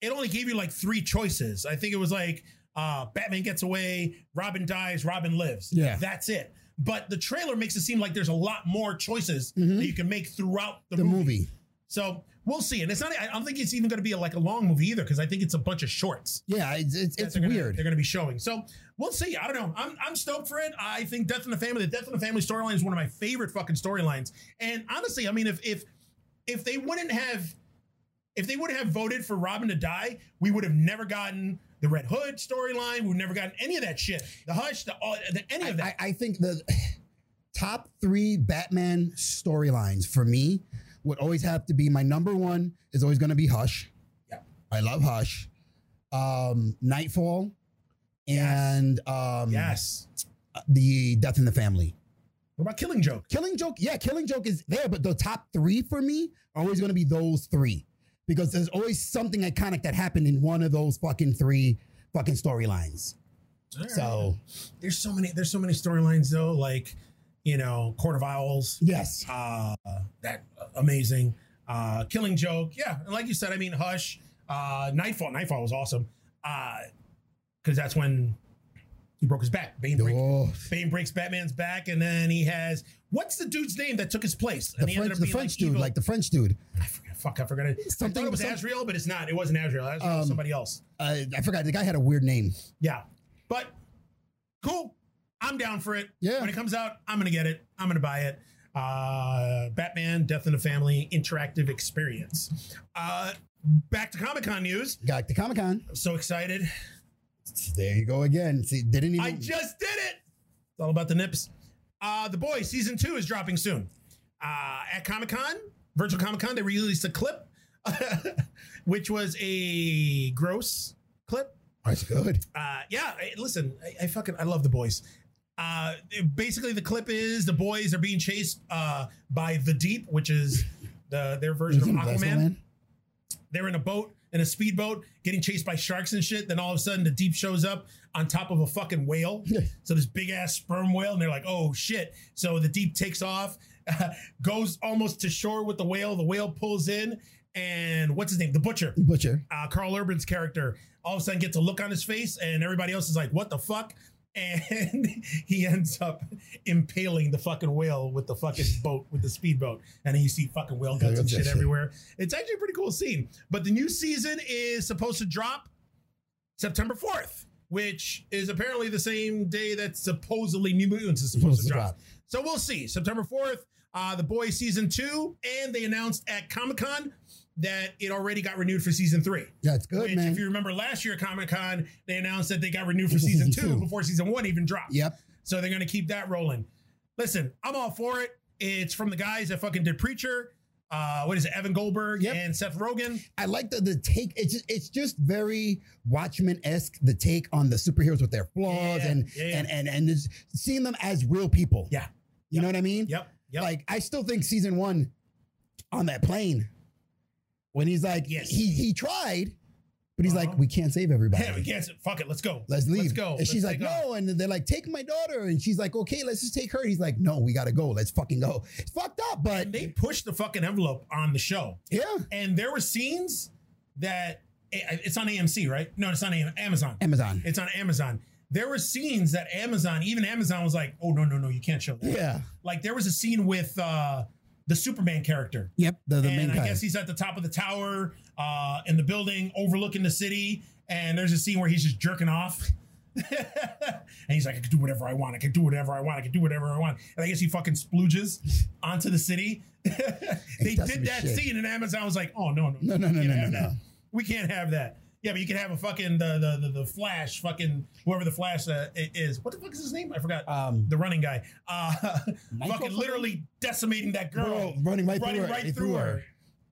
Speaker 2: it only gave you like three choices. I think it was like uh, Batman gets away, Robin dies, Robin lives.
Speaker 1: Yeah.
Speaker 2: that's it. But the trailer makes it seem like there's a lot more choices
Speaker 1: Mhm.
Speaker 2: that you can make throughout the,
Speaker 1: the
Speaker 2: movie.
Speaker 1: movie.
Speaker 2: So we'll see. And it's not. I don't think it's even going to be like a long movie either because I think it's a bunch of shorts.
Speaker 1: Yeah, it's it's,
Speaker 2: that
Speaker 1: it's
Speaker 2: they're gonna-
Speaker 1: weird.
Speaker 2: They're going to be showing. So we'll see. I don't know. I'm, I'm stoked for it. I think Death in the Family, the Death in the Family storyline is one of my favorite fucking storylines. And honestly, I mean, if if if they wouldn't have if they would have voted for Robin to die, we would have never gotten the Red Hood storyline. We've never gotten any of that shit. The hush, the, all, the any of that.
Speaker 1: I, I, I think the top three Batman storylines for me would always have to be my number one is always going to be Hush.
Speaker 2: Yep.
Speaker 1: I love Hush. Um, Nightfall and um,
Speaker 2: yes.
Speaker 1: the Death in the Family.
Speaker 2: What about Killing Joke?
Speaker 1: Killing Joke, yeah, Killing Joke is there, but the top three for me are always going to be those three because there's always something iconic that happened in one of those fucking three fucking storylines. So
Speaker 2: there's so many. There's so many storylines though. Like you know, Court of Owls.
Speaker 1: yes,
Speaker 2: uh that amazing uh killing joke yeah and like you said i mean hush uh nightfall nightfall was awesome uh because that's when he broke his back bane, break,
Speaker 1: Oh,
Speaker 2: bane breaks batman's back and then he has what's the dude's name that took his place and
Speaker 1: the
Speaker 2: he
Speaker 1: French, the
Speaker 2: being,
Speaker 1: French dude,
Speaker 2: evil.
Speaker 1: like the French dude.
Speaker 2: I forgot, fuck i forgot it i
Speaker 1: Something-
Speaker 2: thought it was
Speaker 1: some-
Speaker 2: azrael but it's not it wasn't azrael azrael was
Speaker 1: Um,
Speaker 2: somebody else
Speaker 1: Uh, I forgot the guy had a weird name.
Speaker 2: yeah but cool i'm down for it
Speaker 1: Yeah.
Speaker 2: when it comes out i'm gonna get it i'm gonna buy it uh batman death in the family interactive experience uh back to comic-con news
Speaker 1: Got the Comic Con.
Speaker 2: i'm so excited
Speaker 1: There you go again. See, didn't even.
Speaker 2: i just did it it's all about the nips uh the boys season two is dropping soon uh at comic-con virtual comic-con they released a clip which was a gross clip
Speaker 1: That's Oh, good.
Speaker 2: uh, yeah, I, listen, I, I fucking I love the boys. Uh, it- basically, the clip is the boys are being chased uh, by the Deep, which is the, their version of
Speaker 1: Isn't
Speaker 2: Aquaman.
Speaker 1: Vessel Man?
Speaker 2: They're in a boat, in a speedboat, getting chased by sharks and shit. Then all of a sudden, the Deep shows up on top of a fucking whale. so this big ass sperm whale, and they're like, "Oh shit!" So the Deep takes off, goes almost to shore with the whale. The whale pulls in, and what's his name? The Butcher
Speaker 1: Butcher.
Speaker 2: uh, Carl Urban's character all of a sudden gets a look on his face, and everybody else is like, "What the fuck?" And he ends up impaling the fucking whale with the fucking boat with the speedboat, and then you see fucking whale
Speaker 1: Yeah,
Speaker 2: guts and
Speaker 1: that's
Speaker 2: shit
Speaker 1: it.
Speaker 2: everywhere. It's actually a pretty cool scene. But the new season is supposed to drop September fourth, which is apparently the same day that supposedly New Mutants is supposed, to, drop. So we'll see. September 4th, uh, The Boys season two. And they announced at Comic Con that it already got renewed for season three.
Speaker 1: That's good,
Speaker 2: which,
Speaker 1: man.
Speaker 2: if you remember last year at Comic Con, they announced that they got renewed for season
Speaker 1: Season
Speaker 2: two
Speaker 1: two.
Speaker 2: before season one even dropped.
Speaker 1: Yep.
Speaker 2: So they're going to keep that rolling. Listen, I'm all for it. It's from the guys that fucking did Preacher. Uh, what is it? Evan Goldberg
Speaker 1: Yep.
Speaker 2: and Seth Rogen.
Speaker 1: I like the, the take. It's just, it's just very Watchmen esque. The take on the superheroes with their flaws
Speaker 2: Yeah,
Speaker 1: and,
Speaker 2: yeah, yeah.
Speaker 1: and and and just seeing them as real people.
Speaker 2: Yeah.
Speaker 1: you know what I mean.
Speaker 2: Yep. Yep.
Speaker 1: Like I still think season one on that plane when he's like
Speaker 2: Yes.
Speaker 1: he he tried, but he's
Speaker 2: Uh-huh.
Speaker 1: like we can't save everybody.
Speaker 2: Hey, we can't. Fuck it. Let's go.
Speaker 1: Let's leave.
Speaker 2: Let's go.
Speaker 1: And she's
Speaker 2: Let's
Speaker 1: like,
Speaker 2: take off.
Speaker 1: no. And they're like, take my daughter. And she's like, okay, let's just take her. He's like, no, we gotta go. Let's fucking go. It's fucked up, but
Speaker 2: And they pushed the fucking envelope on the show.
Speaker 1: yeah.
Speaker 2: and there were scenes that eh, it's on AMC, right? No, it's on AM, Amazon.
Speaker 1: Amazon.
Speaker 2: It's on Amazon. There were scenes that Amazon, even Amazon, was like, "Oh no, no, no, you can't show that."
Speaker 1: Yeah.
Speaker 2: Like there was a scene with uh, the Superman character,
Speaker 1: Yep. The, the main
Speaker 2: and I
Speaker 1: guy.
Speaker 2: guess he's at the top of the tower uh, in the building, overlooking the city. And there's a scene where he's just jerking off. and he's like, I can do whatever I want. I can do whatever I want. I can do whatever I want. And I guess he fucking splooges onto the city. they
Speaker 1: does some
Speaker 2: did that
Speaker 1: shit.
Speaker 2: scene, and Amazon was like, oh, no, no,
Speaker 1: No, no, no,
Speaker 2: we can't
Speaker 1: no,
Speaker 2: have
Speaker 1: no,
Speaker 2: that.
Speaker 1: no.
Speaker 2: We can't have that. Yeah, but you can have a fucking the the the, the Flash, fucking whoever the Flash uh, i- is. What the fuck is his name? I forgot.
Speaker 1: Um,
Speaker 2: the running guy, uh,
Speaker 1: Michael
Speaker 2: fucking
Speaker 1: something?
Speaker 2: literally decimating that girl
Speaker 1: bro, running right
Speaker 2: running
Speaker 1: through her.
Speaker 2: right
Speaker 1: They
Speaker 2: through, her.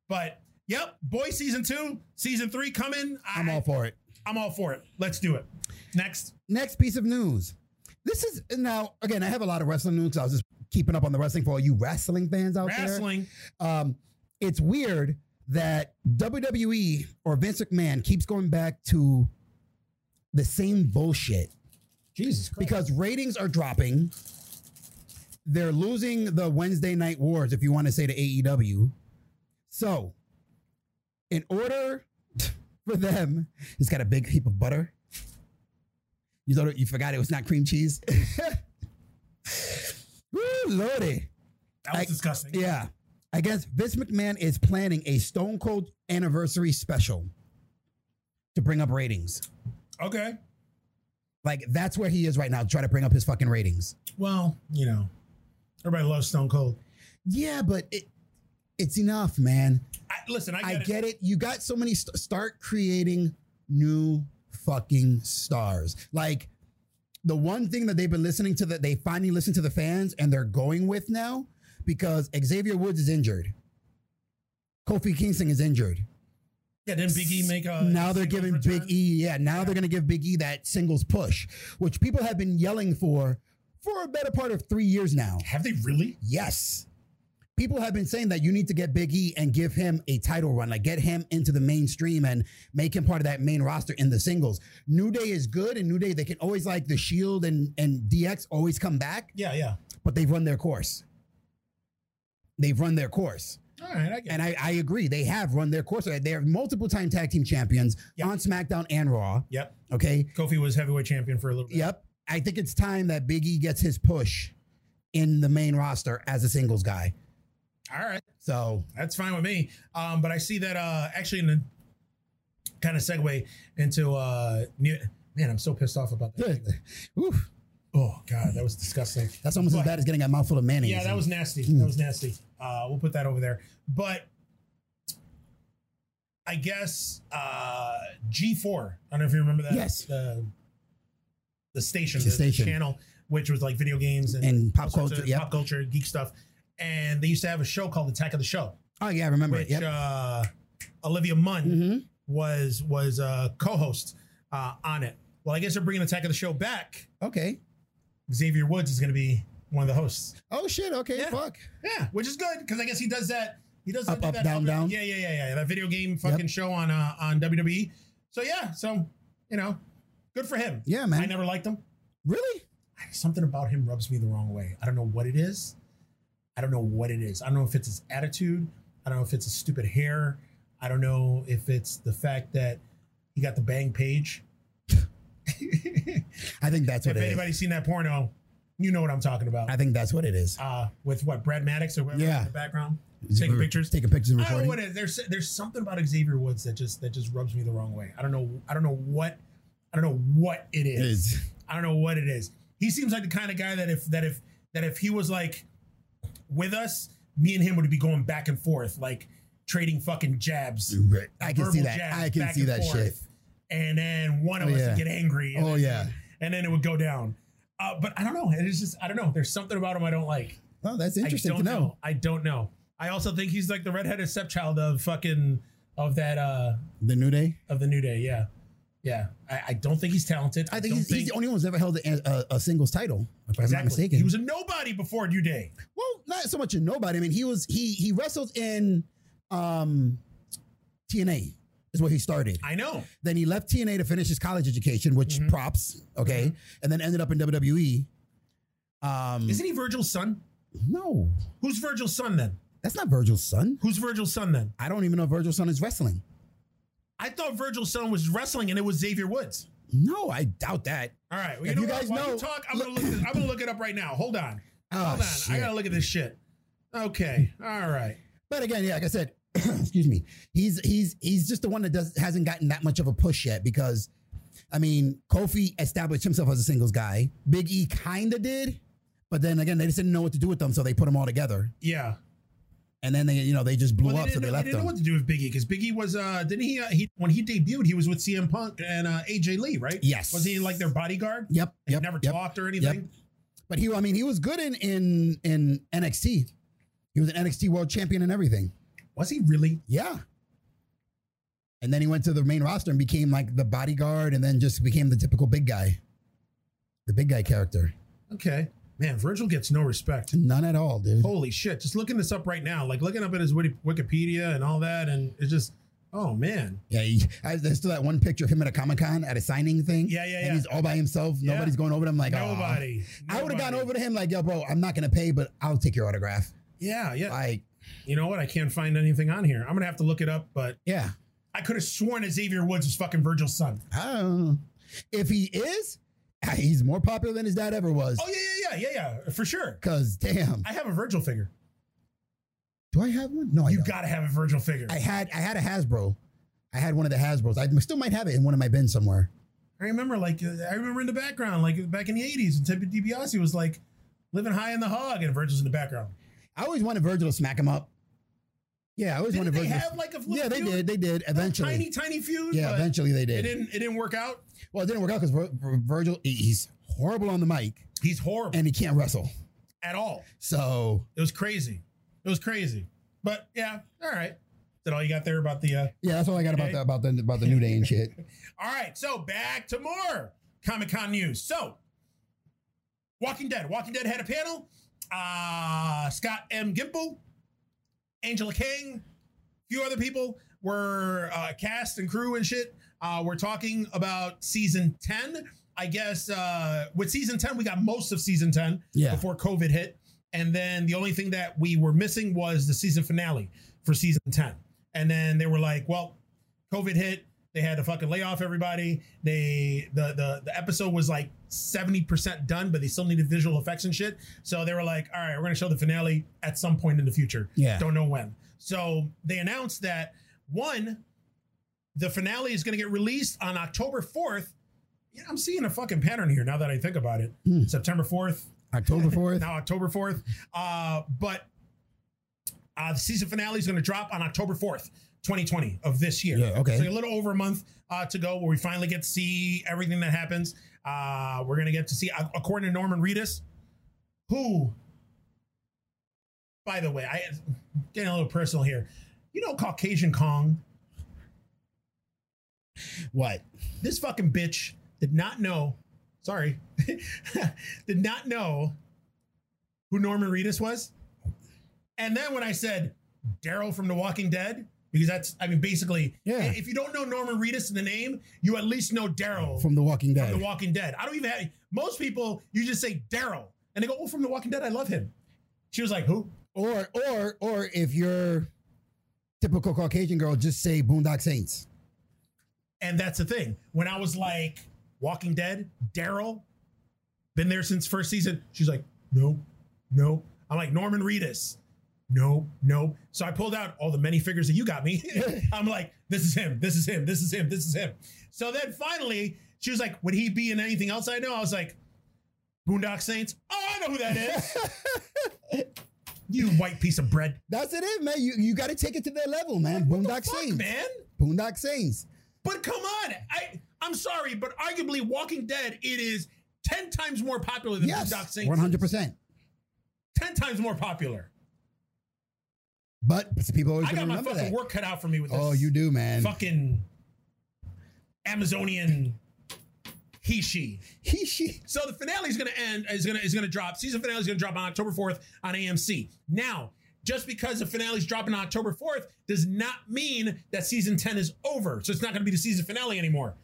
Speaker 2: But yep, boy, season two, season three coming. I,
Speaker 1: I'm all for it.
Speaker 2: I'm all for it. Let's do it. Next,
Speaker 1: Next piece of news. This is now again. I have a lot of wrestling news. 'cause I was just keeping up on the wrestling for all you wrestling fans out there.
Speaker 2: wrestling.
Speaker 1: um, it's weird that WWE or Vince McMahon keeps going back to the same bullshit
Speaker 2: Jesus Christ.
Speaker 1: because ratings are dropping. they're losing the Wednesday night wars, if you want to say to AEW. So, in order for them, it's got a big heap of butter. You thought you forgot it was not cream cheese. Woo, lordy.
Speaker 2: That was
Speaker 1: I-
Speaker 2: disgusting.
Speaker 1: Yeah. I guess Vince McMahon is planning a Stone Cold anniversary special to bring up ratings.
Speaker 2: Okay.
Speaker 1: Like that's where he is right now, trying to bring up his fucking ratings.
Speaker 2: Well, you know, everybody loves Stone Cold.
Speaker 1: Yeah, but it it's enough, man.
Speaker 2: I, listen, I get,
Speaker 1: I
Speaker 2: it.
Speaker 1: get it. You got so many. St- start creating new fucking stars. Like the one thing that they've been listening to that they finally listen to the fans and they're going with now because Xavier Woods is injured. Kofi Kingston is injured.
Speaker 2: Yeah, didn't Big E make a.
Speaker 1: now they're
Speaker 2: single
Speaker 1: giving
Speaker 2: return?
Speaker 1: Big E. Yeah, now they're going to give Big E that singles push, which people have been yelling for for a better part of three years now.
Speaker 2: Have they really?
Speaker 1: Yes. People have been saying that you need to get Big E and give him a title run, like get him into the mainstream and make him part of that main roster in the singles. New Day is good, and New Day they can always like the Shield and and DX always come back,
Speaker 2: Yeah, yeah.
Speaker 1: but they've run their course. They've run their course,
Speaker 2: All right, I get it.
Speaker 1: and I, I agree they have run their course. They are multiple time tag team champions
Speaker 2: Yeah.
Speaker 1: on SmackDown and Raw.
Speaker 2: Yep.
Speaker 1: Okay,
Speaker 2: Kofi was heavyweight champion for a little bit.
Speaker 1: yep. I think it's time that Big E gets his push in the main roster as a singles guy.
Speaker 2: All right.
Speaker 1: So
Speaker 2: That's fine with me. Um, but I see that uh, actually in the kind of segue into uh, new, man, I'm so pissed off about that.
Speaker 1: Oof,
Speaker 2: Oh God, that was disgusting.
Speaker 1: that's almost as
Speaker 2: But-
Speaker 1: bad as getting a mouthful of mayonnaise.
Speaker 2: Yeah, that was nasty. That was nasty. Uh, we'll put that over there. But I guess uh, G4. I don't know if you remember that.
Speaker 1: Yes.
Speaker 2: The, the station,
Speaker 1: The
Speaker 2: the,
Speaker 1: station.
Speaker 2: channel, which was like video games and,
Speaker 1: and
Speaker 2: all
Speaker 1: pop
Speaker 2: sorts
Speaker 1: culture.
Speaker 2: of
Speaker 1: Yep.
Speaker 2: pop culture, geek stuff. And they used to have a show called Attack of the Show,
Speaker 1: oh yeah, I remember it.
Speaker 2: which
Speaker 1: Yep.
Speaker 2: uh, Olivia Munn
Speaker 1: hmm
Speaker 2: was was a co-host uh, on it. Well, I guess they're bringing Attack of the Show back.
Speaker 1: Okay.
Speaker 2: Xavier Woods is going to be one of the hosts.
Speaker 1: Oh shit. Okay.
Speaker 2: Yeah.
Speaker 1: Fuck.
Speaker 2: Yeah, which is good because I guess he does that. He does
Speaker 1: Up,
Speaker 2: that,
Speaker 1: up,
Speaker 2: that
Speaker 1: down, down.
Speaker 2: Yeah, yeah, yeah, yeah. That video game fucking show on uh, on WWE. So yeah, so you know, good for him.
Speaker 1: Yeah,
Speaker 2: I
Speaker 1: man.
Speaker 2: never liked him.
Speaker 1: Really?
Speaker 2: Something about him rubs me the wrong way. I don't know what it is. I don't know what it is. I don't know if it's his attitude. I don't know if it's his stupid hair. I don't know if it's the fact that he got the bang page. if
Speaker 1: I think that's what it is.
Speaker 2: anybody's seen that porno, you know what I'm talking about.
Speaker 1: I think that's what it is.
Speaker 2: Uh, with what Brad Maddox or whoever
Speaker 1: Yeah.
Speaker 2: in the background taking
Speaker 1: We're
Speaker 2: pictures.
Speaker 1: Taking pictures and
Speaker 2: I don't know
Speaker 1: recording.
Speaker 2: what it is. There's there's something about Xavier Woods that just that just rubs me the wrong way. I don't know. I don't know what. I don't know what it
Speaker 1: It
Speaker 2: is.
Speaker 1: is.
Speaker 2: I don't know what it is. He seems like the kind of guy that if that if that if he was like with us, me and him would be going back and forth, like trading fucking jabs.
Speaker 1: I can
Speaker 2: verbal
Speaker 1: see that.
Speaker 2: jabs
Speaker 1: I can
Speaker 2: back
Speaker 1: see
Speaker 2: and
Speaker 1: that
Speaker 2: forth.
Speaker 1: shit.
Speaker 2: And then one of
Speaker 1: Oh,
Speaker 2: us
Speaker 1: yeah.
Speaker 2: would get angry. and
Speaker 1: Oh
Speaker 2: then-
Speaker 1: yeah.
Speaker 2: and then it would go down. Uh, but I don't know. It is just I don't know. There's something about him I don't like.
Speaker 1: Oh, that's
Speaker 2: I
Speaker 1: interesting to
Speaker 2: don't
Speaker 1: know.
Speaker 2: I don't know. I also think he's like the redheaded stepchild of fucking of that uh
Speaker 1: The New Day.
Speaker 2: of the New Day. Yeah, yeah. I, I don't think he's talented.
Speaker 1: I think
Speaker 2: don't
Speaker 1: he's, he's the only one who's ever held a, a, a singles title, if I'm not mistaken.
Speaker 2: He was a nobody before New Day.
Speaker 1: well, not so much a nobody. I mean, he was he he wrestled in um TNA is where he started.
Speaker 2: I know.
Speaker 1: Then he left TNA to finish his college education, which
Speaker 2: Mhm.
Speaker 1: props, okay,
Speaker 2: Mhm.
Speaker 1: and then ended up in WWE. Um,
Speaker 2: Isn't he Virgil's son?
Speaker 1: no,
Speaker 2: Who's Virgil's son then?
Speaker 1: that's not Virgil's son.
Speaker 2: Who's Virgil's son then?
Speaker 1: I don't even know if Virgil's son is wrestling.
Speaker 2: I thought Virgil's son was wrestling and it was Xavier Woods.
Speaker 1: No, I doubt that.
Speaker 2: All right. Well,
Speaker 1: If
Speaker 2: you know
Speaker 1: you
Speaker 2: what?
Speaker 1: guys
Speaker 2: While
Speaker 1: know-
Speaker 2: you talk, I'm gonna look. This, I'm gonna look it up right now. Hold on.
Speaker 1: Oh,
Speaker 2: Hold on. I
Speaker 1: shit.
Speaker 2: gotta look at this shit. Okay. All right.
Speaker 1: But again, yeah, like I said, excuse me, he's he's he's just the one that does hasn't gotten that much of a push yet because, I mean, Kofi established himself as a singles guy. Big E kind of did, but then again, they just didn't know what to do with them, so they put them all together,
Speaker 2: Yeah.
Speaker 1: and then they you know they just blew
Speaker 2: Well,
Speaker 1: up, so
Speaker 2: they didn't,
Speaker 1: they
Speaker 2: know,
Speaker 1: left
Speaker 2: they didn't
Speaker 1: them.
Speaker 2: know what to do with Biggie because Biggie was uh didn't he, uh, he when he debuted he was with CM Punk and uh, AJ Lee right
Speaker 1: Yes.
Speaker 2: was he like their bodyguard
Speaker 1: Yep.
Speaker 2: He
Speaker 1: Yep.
Speaker 2: never
Speaker 1: yep.
Speaker 2: talked or anything
Speaker 1: But he, I mean, he was good in in in NXT. He was an NXT World Champion and everything.
Speaker 2: was he really
Speaker 1: Yeah. And then he went to the main roster and became like the bodyguard, and then just became the typical big guy, the big guy character.
Speaker 2: okay man Virgil gets no respect
Speaker 1: None at all,
Speaker 2: Oh.
Speaker 1: dude.
Speaker 2: holy shit just looking this up right now like looking up at his Wiki- Wikipedia and all that and it's just Oh man.
Speaker 1: Yeah, he, I, there's still that one picture of him at a Comic Con at a signing thing.
Speaker 2: Yeah, yeah,
Speaker 1: and
Speaker 2: yeah.
Speaker 1: he's all by himself.
Speaker 2: Yeah.
Speaker 1: Nobody's going over to him. Like, aw.
Speaker 2: Nobody.
Speaker 1: I would have gone
Speaker 2: Nobody.
Speaker 1: over to him like, yo, bro, I'm not gonna pay, but I'll take your autograph.
Speaker 2: Yeah, yeah.
Speaker 1: Like,
Speaker 2: you know what? I can't find anything on here. I'm gonna have to look it up, but
Speaker 1: yeah.
Speaker 2: I could have sworn that Xavier Woods was fucking Virgil's son.
Speaker 1: I don't know. If he is, ah, he's more popular than his dad ever was.
Speaker 2: Oh yeah, yeah, yeah, yeah, yeah, for sure.
Speaker 1: Cause damn,
Speaker 2: I have a Virgil figure.
Speaker 1: do I have one? No, I
Speaker 2: You
Speaker 1: don't.
Speaker 2: gotta have a Virgil figure.
Speaker 1: I had I had a Hasbro. I had one of the Hasbros. I still might have it in one of my bins somewhere.
Speaker 2: I remember like uh, I remember in the background, like back in the '80s, and Ted DiBiase was like living high in the hog, and Virgil's in the background.
Speaker 1: I always wanted Virgil to smack him up. Yeah, I always
Speaker 2: Didn't
Speaker 1: wanted
Speaker 2: they
Speaker 1: Virgil.
Speaker 2: have like a little
Speaker 1: yeah, they
Speaker 2: feud?
Speaker 1: did. They did eventually.
Speaker 2: tiny, tiny feud.
Speaker 1: yeah,
Speaker 2: but
Speaker 1: eventually they
Speaker 2: It
Speaker 1: did.
Speaker 2: didn't. It didn't work out.
Speaker 1: well, it didn't work out because Vir- Vir- Virgil he- he's horrible on the mic
Speaker 2: He's horrible
Speaker 1: and he can't wrestle.
Speaker 2: at all.
Speaker 1: So
Speaker 2: It was crazy. It was crazy. But yeah, all right. Is that all you got there about the? Uh...
Speaker 1: yeah, that's all I got about
Speaker 2: Okay.
Speaker 1: the about the about the New Day and shit.
Speaker 2: All right. So back to more Comic Con news. So, Walking Dead. Walking Dead had a panel. Uh, Scott M. Gimple, Angela King, a few other people were uh, cast and crew and shit. Uh, we're talking about season ten. I guess uh, with season ten, we got most of season ten.
Speaker 1: Yeah.
Speaker 2: before COVID hit. And then the only thing that we were missing was the season finale for season 10. And then they were like, well, COVID hit. They had to fucking lay off everybody. They the the the episode was like 70% done, but they still needed visual effects and shit. So they were like, all right, we're gonna show the finale at some point in the future.
Speaker 1: Yeah.
Speaker 2: Don't know when. So they announced that one, the finale is gonna get released on October 4th. Yeah, I'm seeing a fucking pattern here now that I think about it.
Speaker 1: Hmm.
Speaker 2: September 4th,
Speaker 1: October fourth.
Speaker 2: now October 4th. Uh, but uh, the season finale is going to drop on October 4th, 2020 of this year.
Speaker 1: Yeah, okay.
Speaker 2: So a little over a month uh, to go where we finally get to see everything that happens. Uh, we're going to get to see, uh, according to Norman Reedus, who, by the way, I getting a little personal here. You know, Caucasian Kong,
Speaker 1: what?
Speaker 2: this fucking bitch did not know, sorry, did not know who Norman Reedus was. And then when I said Daryl from The Walking Dead, because that's, I mean, basically,
Speaker 1: Yeah.
Speaker 2: if you don't know Norman Reedus in the name, you at least know Daryl from
Speaker 1: From The Walking Dead.
Speaker 2: The Walking Dead. I don't even have, most people, you just say Daryl and they go, oh, from The Walking Dead, I love him. She was like, who?
Speaker 1: Or or or if you're typical Caucasian girl, just say Boondock Saints.
Speaker 2: And that's the thing. When I was like, Walking Dead, Daryl, been there since first season. She's like, no, no. I'm like, Norman Reedus. No, no. So I pulled out all the many figures that you got me. I'm like, this is him, this is him, this is him, this is him. So then finally, she was like, would he be in anything else I know? I was like, Boondock Saints. Oh, I know who that is. you white piece of bread.
Speaker 1: That's it, man. You you got to take it to their level, man. Boondock
Speaker 2: Fuck,
Speaker 1: Saints.
Speaker 2: man.
Speaker 1: Boondock Saints.
Speaker 2: But come on, I I'm sorry, but arguably Walking Dead it is ten times more popular than
Speaker 1: Yes,
Speaker 2: Boondock Saints.
Speaker 1: one hundred percent.
Speaker 2: Ten times more popular.
Speaker 1: But people always
Speaker 2: I
Speaker 1: gonna
Speaker 2: got my
Speaker 1: remember
Speaker 2: fucking
Speaker 1: that.
Speaker 2: work cut out for me with this.
Speaker 1: Oh, you do, man.
Speaker 2: fucking Amazonian he she.
Speaker 1: He she.
Speaker 2: So the finale is going to end is going to is going to drop. Season finale is going to drop on October 4th on AMC. Now, just because the finale is dropping on October 4th does not mean that season 10 is over. So it's not going to be the season finale anymore.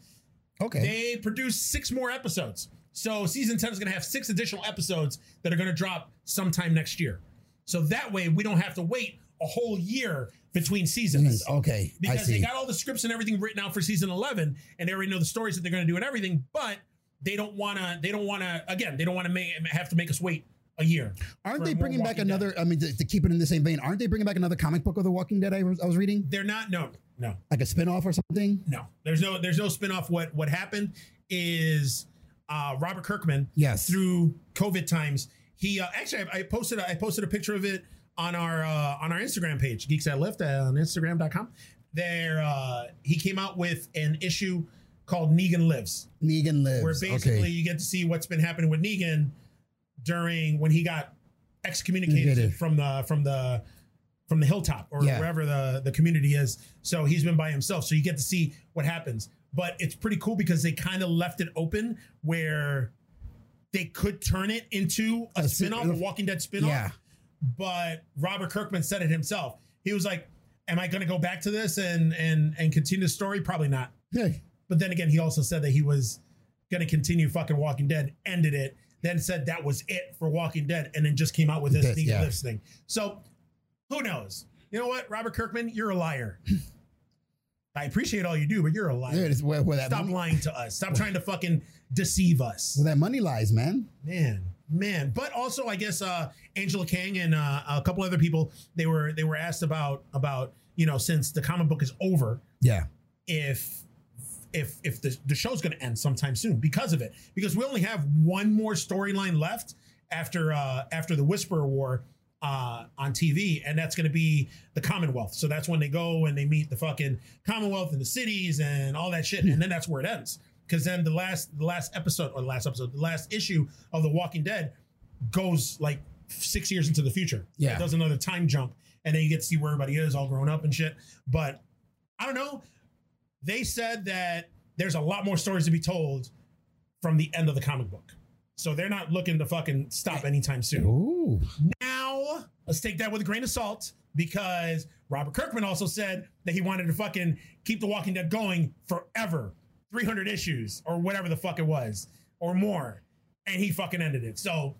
Speaker 1: Okay.
Speaker 2: They produced six more episodes. So season 10 is going to have six additional episodes that are going to drop sometime next year. So that way we don't have to wait a whole year between seasons.
Speaker 1: okay. Mm, oh, I
Speaker 2: Because they
Speaker 1: see.
Speaker 2: got all the scripts and everything written out for season 11 and they already know the stories that they're going to do and everything, but they don't want to they don't want to again, they don't want to make have to make us wait a year.
Speaker 1: Aren't
Speaker 2: for
Speaker 1: they
Speaker 2: more
Speaker 1: bringing back
Speaker 2: Walking Dead.
Speaker 1: another? I mean, to, to keep it in the same vein, aren't they bringing back another comic book of The Walking Dead? I was, I was reading
Speaker 2: They're not no, no.
Speaker 1: like a spinoff or something.
Speaker 2: No. There's no there's no spin-off what what happened is uh Robert Kirkman
Speaker 1: Yes.
Speaker 2: through COVID times. He uh, actually, I, I posted, I posted a picture of it on our uh, on our Instagram page, Geeks at Lift uh, on Instagram.com. There, uh, he came out with an issue called Negan Lives,
Speaker 1: Negan lives.
Speaker 2: where basically
Speaker 1: okay.
Speaker 2: you get to see what's been happening with Negan during when he got
Speaker 1: You
Speaker 2: excommunicated
Speaker 1: get it.
Speaker 2: from the from the from the hilltop or
Speaker 1: Yeah.
Speaker 2: wherever the the community is. So he's been by himself. So you get to see what happens. But it's pretty cool because they kind of left it open where they could turn it into a,
Speaker 1: A
Speaker 2: spin-off, a
Speaker 1: spin-off.
Speaker 2: Walking Dead spin-off.
Speaker 1: Yeah.
Speaker 2: But Robert Kirkman said it himself. He was like, Am I going to go back to this and and and continue the story? Probably not.
Speaker 1: Yeah.
Speaker 2: But then again, he also said that he was going to continue fucking Walking Dead, ended it, then said that was it for Walking Dead, and then just came out with this
Speaker 1: This,
Speaker 2: thing,
Speaker 1: yeah.
Speaker 2: this thing. So who knows? You know what, Robert Kirkman, you're a liar. I appreciate all you do, but you're a liar.
Speaker 1: There it is, where, where that
Speaker 2: Stop
Speaker 1: money,
Speaker 2: lying to us. Stop trying to fucking deceive us.
Speaker 1: where that money lies, man.
Speaker 2: Man, man. But also, I guess uh, Angela Kang and uh, a couple other people they were they were asked about about you know since the comic book is over,
Speaker 1: Yeah.
Speaker 2: if if if the, the show's going to end sometime soon because of it because we only have one more storyline left after uh after the whisperer war uh on tv and that's going to be the commonwealth so that's when they go and they meet the fucking commonwealth and the cities and all that shit and then that's where it ends because then the last the last episode or the last episode the last issue of the walking dead goes like six years into the future
Speaker 1: Yeah.
Speaker 2: it does another time jump and then you get to see where everybody is all grown up and shit but i don't know they said that there's a lot more stories to be told from the end of the comic book. So they're not looking to fucking stop anytime soon.
Speaker 1: Ooh.
Speaker 2: Now, let's take that with a grain of salt because Robert Kirkman also said that he wanted to fucking keep The Walking Dead going forever 300 issues or whatever the fuck it was or more. And he fucking ended it. So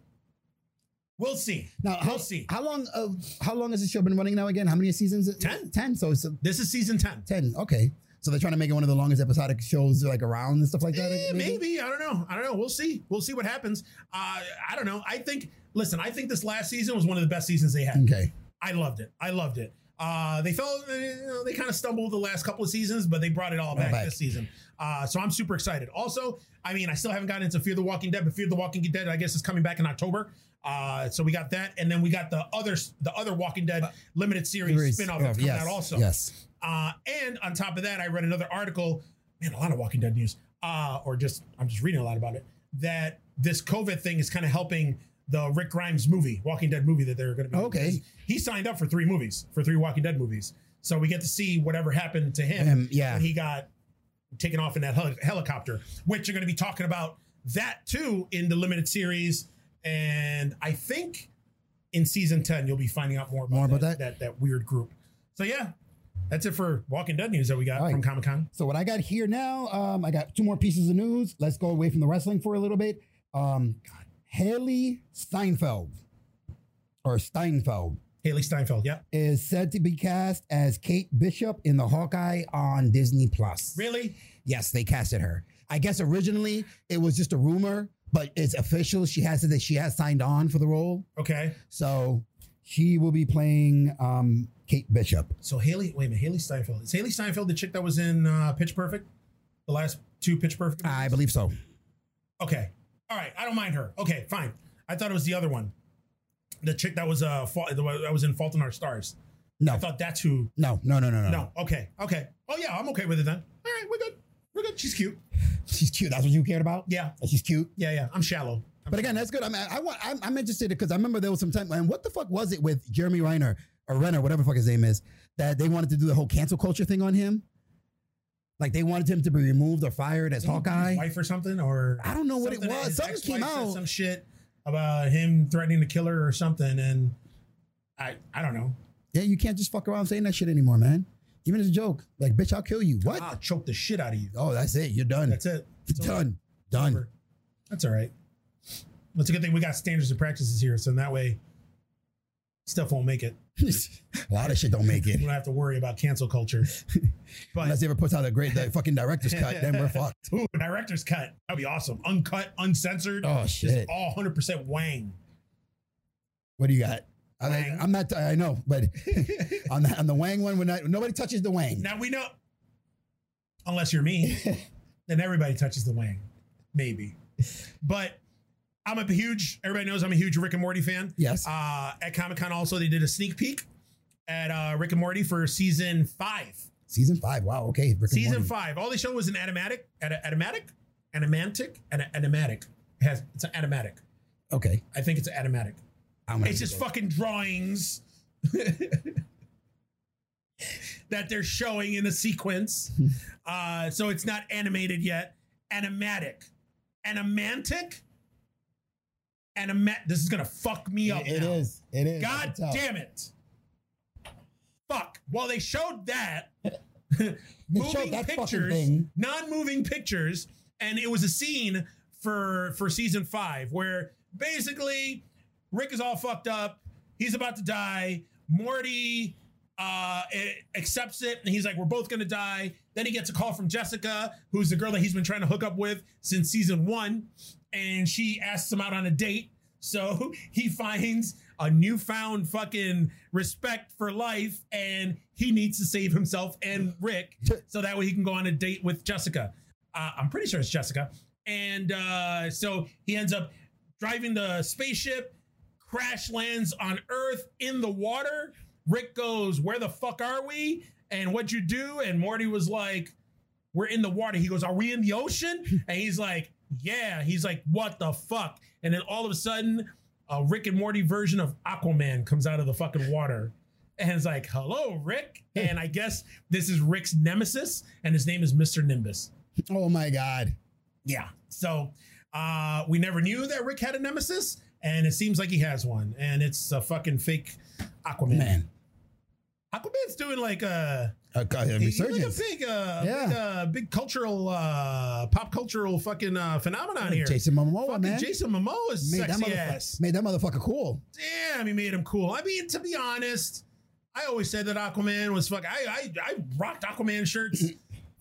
Speaker 2: we'll see.
Speaker 1: Now, how,
Speaker 2: we'll see.
Speaker 1: how long of how long has this show been running now again? How many seasons?
Speaker 2: Ten.
Speaker 1: Ten. So it's uh,
Speaker 2: This is season 10.
Speaker 1: ten. Okay. So they're trying to make it one of the longest episodic shows like around and stuff like that.
Speaker 2: Eh, maybe. I don't know. I don't know. We'll see. We'll see what happens. Uh, I don't know. I think. Listen, I think this last season was one of the best seasons they had.
Speaker 1: Okay.
Speaker 2: I loved it. I loved it. Uh, they fell. eh, You know, they kind of stumbled the last couple of seasons, but they brought it all back,
Speaker 1: back.
Speaker 2: this season. Uh, so I'm super excited. Also, I mean, I still haven't gotten into Fear the Walking Dead, but Fear the Walking Dead, I guess, is coming back in October. Uh, so we got that, and then we got the other the other Walking Dead limited Uh, series
Speaker 1: There is- oh,
Speaker 2: spinoff that's coming
Speaker 1: yes,
Speaker 2: out also.
Speaker 1: Yes.
Speaker 2: Uh, and on top of that, I read another article, man, a lot of Walking Dead news, uh, or just, I'm just reading a lot about it, that this COVID thing is kind of helping the Rick Grimes movie, Walking Dead movie that they're going to be.
Speaker 1: Okay.
Speaker 2: He signed up for three movies, for three Walking Dead movies. So we get to see whatever happened to him
Speaker 1: Um, yeah.
Speaker 2: when he got taken off in that hel- helicopter, which you're going to be talking about that too in the limited series. And I think in season 10, you'll be finding out more about,
Speaker 1: More about
Speaker 2: that, that, that weird group. So yeah, that's it for Walking Dead news that we got
Speaker 1: All right.
Speaker 2: from Comic Con.
Speaker 1: So what I got here now, um, I got two more pieces of news. Let's go away from the wrestling for a little bit. Um, Haley Steinfeld or Steinfeld
Speaker 2: Haley Steinfeld, yeah.
Speaker 1: is said to be cast as Kate Bishop in the Hawkeye on Disney Plus.
Speaker 2: Really?
Speaker 1: Yes, they casted her. I guess originally it was just a rumor, but it's official. She has said that she has signed on for the role,
Speaker 2: Okay.
Speaker 1: so she will be playing um, Kate Bishop.
Speaker 2: So Haley, wait a minute, Haley Steinfeld. Is Haley Steinfeld the chick that was in uh, Pitch Perfect? The last two Pitch Perfect?
Speaker 1: I believe so.
Speaker 2: Okay. All right. I don't mind her. Okay. Fine. I thought it was the other one, the chick that was uh fa- the one that was in Fault in Our Stars.
Speaker 1: No.
Speaker 2: I thought that's who.
Speaker 1: No, no, no, no, no.
Speaker 2: No. Okay. Okay. Oh yeah, I'm okay with it then. All right, we're good. We're good. She's cute.
Speaker 1: She's cute. That's what you cared about.
Speaker 2: Yeah.
Speaker 1: That she's cute.
Speaker 2: Yeah. Yeah. I'm shallow. I'm
Speaker 1: But again, that's good. I'm I want I'm, I'm interested because I remember there was some time and what the fuck was it with Jeremy Reiner or Renner, whatever the fuck his name is, that they wanted to do the whole cancel culture thing on him. Like they wanted him to be removed or fired as
Speaker 2: his
Speaker 1: Hawkeye.
Speaker 2: wife or something, or
Speaker 1: I don't know what it
Speaker 2: something-
Speaker 1: was.
Speaker 2: his
Speaker 1: Something
Speaker 2: ex-wife
Speaker 1: came
Speaker 2: said
Speaker 1: out.
Speaker 2: Some shit about him threatening to kill her or something, and I I don't know.
Speaker 1: Yeah, you can't just fuck around saying that shit anymore, man. Even as a joke, like bitch, I'll kill you. What?
Speaker 2: I'll choke the shit out of you.
Speaker 1: Oh, that's it. You're done.
Speaker 2: That's it. It's over.
Speaker 1: done. Done.
Speaker 2: Over. That's all right. That's a good thing we got standards and practices here, so that way stuff won't make it.
Speaker 1: a lot of shit don't make it.
Speaker 2: We don't have to worry about cancel culture. But
Speaker 1: Unless they ever puts out a great the fucking director's cut, then we're fucked.
Speaker 2: ooh, director's cut. That'd be awesome. Uncut, uncensored.
Speaker 1: Oh shit.
Speaker 2: Just all 100% wang.
Speaker 1: What do you got? I mean,
Speaker 2: Wang.
Speaker 1: I'm not. I know, but on the on the Wang one, we're not. Nobody touches the Wang.
Speaker 2: Now we know, unless you're me, then everybody touches the wang, maybe. But I'm a huge. Everybody knows I'm a huge Rick and Morty fan.
Speaker 1: Yes.
Speaker 2: Uh, at Comic Con, also they did a sneak peek at uh, Rick and Morty for season five.
Speaker 1: Season five. Wow. Okay. Rick and
Speaker 2: Season
Speaker 1: Morty.
Speaker 2: five. All they showed was an animatic, an animatic, animantic, an animatic. It has it's an animatic.
Speaker 1: Okay.
Speaker 2: I think it's an animatic.
Speaker 1: I'm gonna
Speaker 2: It's just
Speaker 1: Google
Speaker 2: fucking drawings that they're showing in a sequence. Uh, so it's not animated yet. Animatic. Animantic? Anima- this is gonna fuck me up.
Speaker 1: it. It
Speaker 2: now.
Speaker 1: is. It is. I
Speaker 2: God
Speaker 1: can tell.
Speaker 2: damn it. fuck. Well, they showed that
Speaker 1: They showed
Speaker 2: moving
Speaker 1: that fucking
Speaker 2: pictures,
Speaker 1: thing.
Speaker 2: non-moving pictures, and it was a scene for for season five where basically Rick is all fucked up. He's about to die. Morty uh, eh, accepts it, and he's like, "We're both gonna die." Then he gets a call from Jessica, who's the girl that he's been trying to hook up with since season one, and she asks him out on a date. So he finds a newfound fucking respect for life, and he needs to save himself and Rick so that way he can go on a date with Jessica. Uh, I'm pretty sure it's Jessica, and uh, so he ends up driving the spaceship crash lands on Earth in the water. Rick goes, Where the fuck are we? And what'd you do? And Morty was like, We're in the water. He goes, Are we in the ocean? And he's like, Yeah. He's like, What the fuck? And then all of a sudden, a Rick and Morty version of Aquaman comes out of the fucking water. And it's like, Hello, Rick. And I guess this is Rick's nemesis, and his name is Mr. Nimbus.
Speaker 1: Oh my god.
Speaker 2: Yeah. So uh, we never knew that Rick had a nemesis, and it seems like he has one, and it's a fucking fake Aquaman.
Speaker 1: Man.
Speaker 2: Aquaman's doing like a,
Speaker 1: A, a
Speaker 2: he's like a
Speaker 1: resurgence.
Speaker 2: big, uh,
Speaker 1: Yeah.
Speaker 2: big, uh, big cultural, uh, pop cultural fucking uh, phenomenon here.
Speaker 1: Jason Momoa,
Speaker 2: Fucking
Speaker 1: man.
Speaker 2: Jason Momoa is
Speaker 1: made that,
Speaker 2: sexy
Speaker 1: motherfucker,
Speaker 2: ass.
Speaker 1: made that motherfucker cool.
Speaker 2: Damn, he made him cool. I mean, to be honest, I always said that Aquaman was fuck. I I, I rocked Aquaman shirts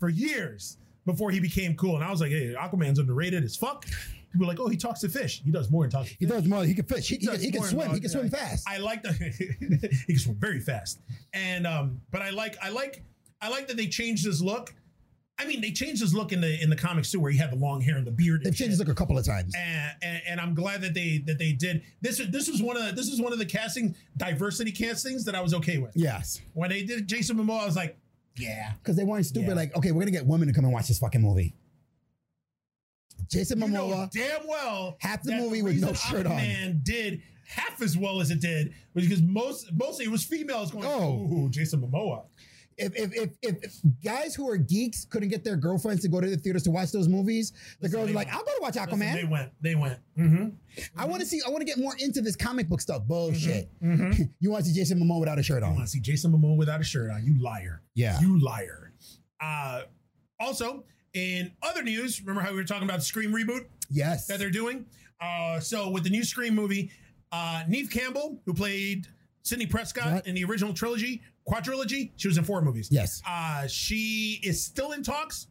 Speaker 2: for years before he became cool, and I was like, hey, Aquaman's underrated as fuck. People were like, oh, he talks to fish. He does more than talk to
Speaker 1: He does more. He can fish. He, he,
Speaker 2: does
Speaker 1: can, he can
Speaker 2: more
Speaker 1: swim.
Speaker 2: than-
Speaker 1: He can swim
Speaker 2: yeah.
Speaker 1: fast.
Speaker 2: I like the he can swim very fast, and um, but I like I like I like that they changed his look. I mean, they changed his look in the in the comics too, where he had the long hair and the beard. and
Speaker 1: They've changed
Speaker 2: shit
Speaker 1: his look a couple of times.
Speaker 2: and, and and I'm glad that they that they did this. was- This was one of the, this was one of the casting diversity castings that I was okay with.
Speaker 1: Yes.
Speaker 2: When they did Jason Momoa, I was like, yeah,
Speaker 1: Because they weren't stupid.
Speaker 2: Yeah.
Speaker 1: Like, okay, we're going to get women to come and watch this fucking movie. Jason
Speaker 2: you know
Speaker 1: Momoa,
Speaker 2: damn well
Speaker 1: half the
Speaker 2: that
Speaker 1: movie with no
Speaker 2: reason
Speaker 1: shirt on.
Speaker 2: Aquaman did half as well as it did was because most mostly it was females going,
Speaker 1: Oh.
Speaker 2: oh, Jason Momoa.
Speaker 1: If, if, if, if, if guys who are geeks couldn't get their girlfriends to go to the theaters to watch those movies, the
Speaker 2: Listen,
Speaker 1: girls
Speaker 2: they
Speaker 1: are like,
Speaker 2: went-
Speaker 1: I'll go to watch
Speaker 2: Listen,
Speaker 1: Aquaman.
Speaker 2: they went, they went. Mm-hmm.
Speaker 1: I want to see, I want to get more into this comic book stuff. Bullshit. you want to see Jason Momoa without a shirt
Speaker 2: I want
Speaker 1: on.
Speaker 2: to Mm-hmm. see Jason Momoa without a shirt on. You liar.
Speaker 1: Yeah.
Speaker 2: You liar. Uh, also, in other news, remember how we were talking about the Scream reboot?
Speaker 1: Yes.
Speaker 2: that they're doing. Uh, so with the new Scream movie, uh, Neve Campbell, who played Sidney Prescott
Speaker 1: Right.
Speaker 2: in the original trilogy, quadrilogy, she was in four movies.
Speaker 1: Yes.
Speaker 2: Uh, she is still in talks.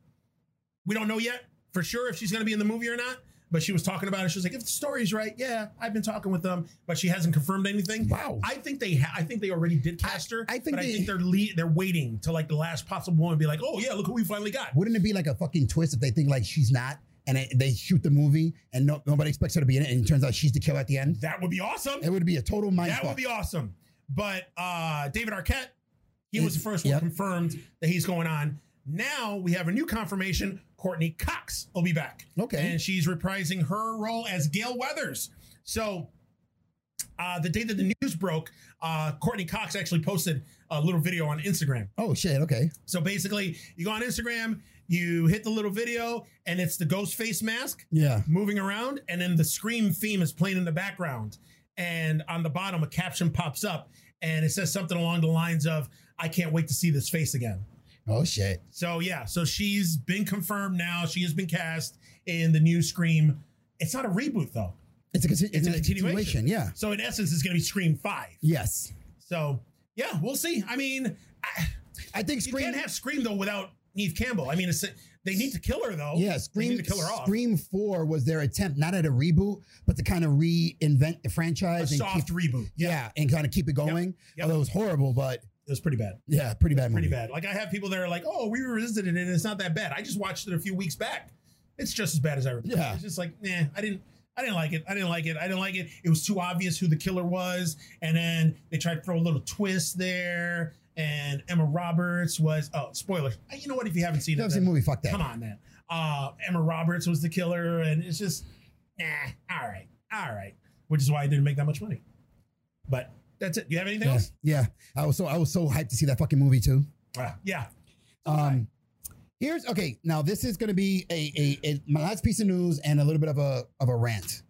Speaker 2: We don't know yet for sure if she's going to be in the movie or not. But she was talking about it. She was like, "If the story's right, yeah, I've been talking with them, but she hasn't confirmed anything."
Speaker 1: Wow.
Speaker 2: I think they, ha- I think they already did cast her.
Speaker 1: I think
Speaker 2: but
Speaker 1: they-
Speaker 2: I think they're le- they're waiting till like the last possible moment, and be like, "Oh yeah, look who we finally got."
Speaker 1: Wouldn't it be like a fucking twist if they think like she's not and it, they shoot the movie and no, nobody expects her to be in it and it turns out she's the killer at the end?
Speaker 2: That would be awesome.
Speaker 1: It would be a total mind
Speaker 2: That would
Speaker 1: fuck.
Speaker 2: be awesome. But uh, David Arquette, he was the first
Speaker 1: Yep.
Speaker 2: one confirmed that he's going on. Now we have a new confirmation. Courtney Cox will be back.
Speaker 1: Okay.
Speaker 2: And she's reprising her role as Gail Weathers. So uh, the day that the news broke, uh, Courtney Cox actually posted a little video on Instagram.
Speaker 1: oh shit. Okay.
Speaker 2: So basically, you go on Instagram, you hit the little video, and it's the ghost face mask
Speaker 1: Yeah.
Speaker 2: moving around, and then the scream theme is playing in the background. And on the bottom, a caption pops up, and it says something along the lines of, "I can't wait to see this face again."
Speaker 1: Oh shit.
Speaker 2: So yeah, so she's been confirmed now. She has been cast in the new Scream. It's not a reboot though,
Speaker 1: It's a, conti- it's
Speaker 2: a
Speaker 1: a continuation.
Speaker 2: continuation.
Speaker 1: Yeah.
Speaker 2: so in essence, it's going to be Scream Five.
Speaker 1: Yes.
Speaker 2: So yeah, we'll see. I mean, I,
Speaker 1: I think
Speaker 2: you
Speaker 1: Scream.
Speaker 2: can't have Scream though without Neve Campbell. I mean, it's, they need to kill her though.
Speaker 1: yeah,
Speaker 2: they
Speaker 1: Scream.
Speaker 2: need to kill her off.
Speaker 1: Scream Four was their attempt, not at a reboot, but to kind of reinvent the
Speaker 2: a
Speaker 1: franchise and
Speaker 2: soft
Speaker 1: keep,
Speaker 2: reboot.
Speaker 1: yeah. and kind of keep it going.
Speaker 2: yep.
Speaker 1: Although it was horrible, but
Speaker 2: It was pretty bad.
Speaker 1: yeah, pretty bad movie.
Speaker 2: pretty bad. Like I have people that are like, "Oh, we revisited it, and it's not that bad." I just watched it a few weeks back. It's just as bad as I remember.
Speaker 1: Yeah.
Speaker 2: It's just like, nah, I didn't, I didn't like it. I didn't like it. I didn't like it. It was too obvious who the killer was, and then they tried to throw a little twist there. And Emma Roberts was oh, spoiler. You know what? If you haven't seen
Speaker 1: You
Speaker 2: it,
Speaker 1: haven't seen
Speaker 2: then
Speaker 1: the movie? Fuck that.
Speaker 2: come on, man. Uh, Emma Roberts was the killer, and it's just, nah. All right, all right. Which is why I didn't make that much money. But that's it. You have anything
Speaker 1: Yeah.
Speaker 2: else?
Speaker 1: yeah, I was so I was so hyped to see that fucking movie too.
Speaker 2: Ah, yeah.
Speaker 1: Um, here's okay. Now this is going to be a, a, a my last piece of news and a little bit of a of a rant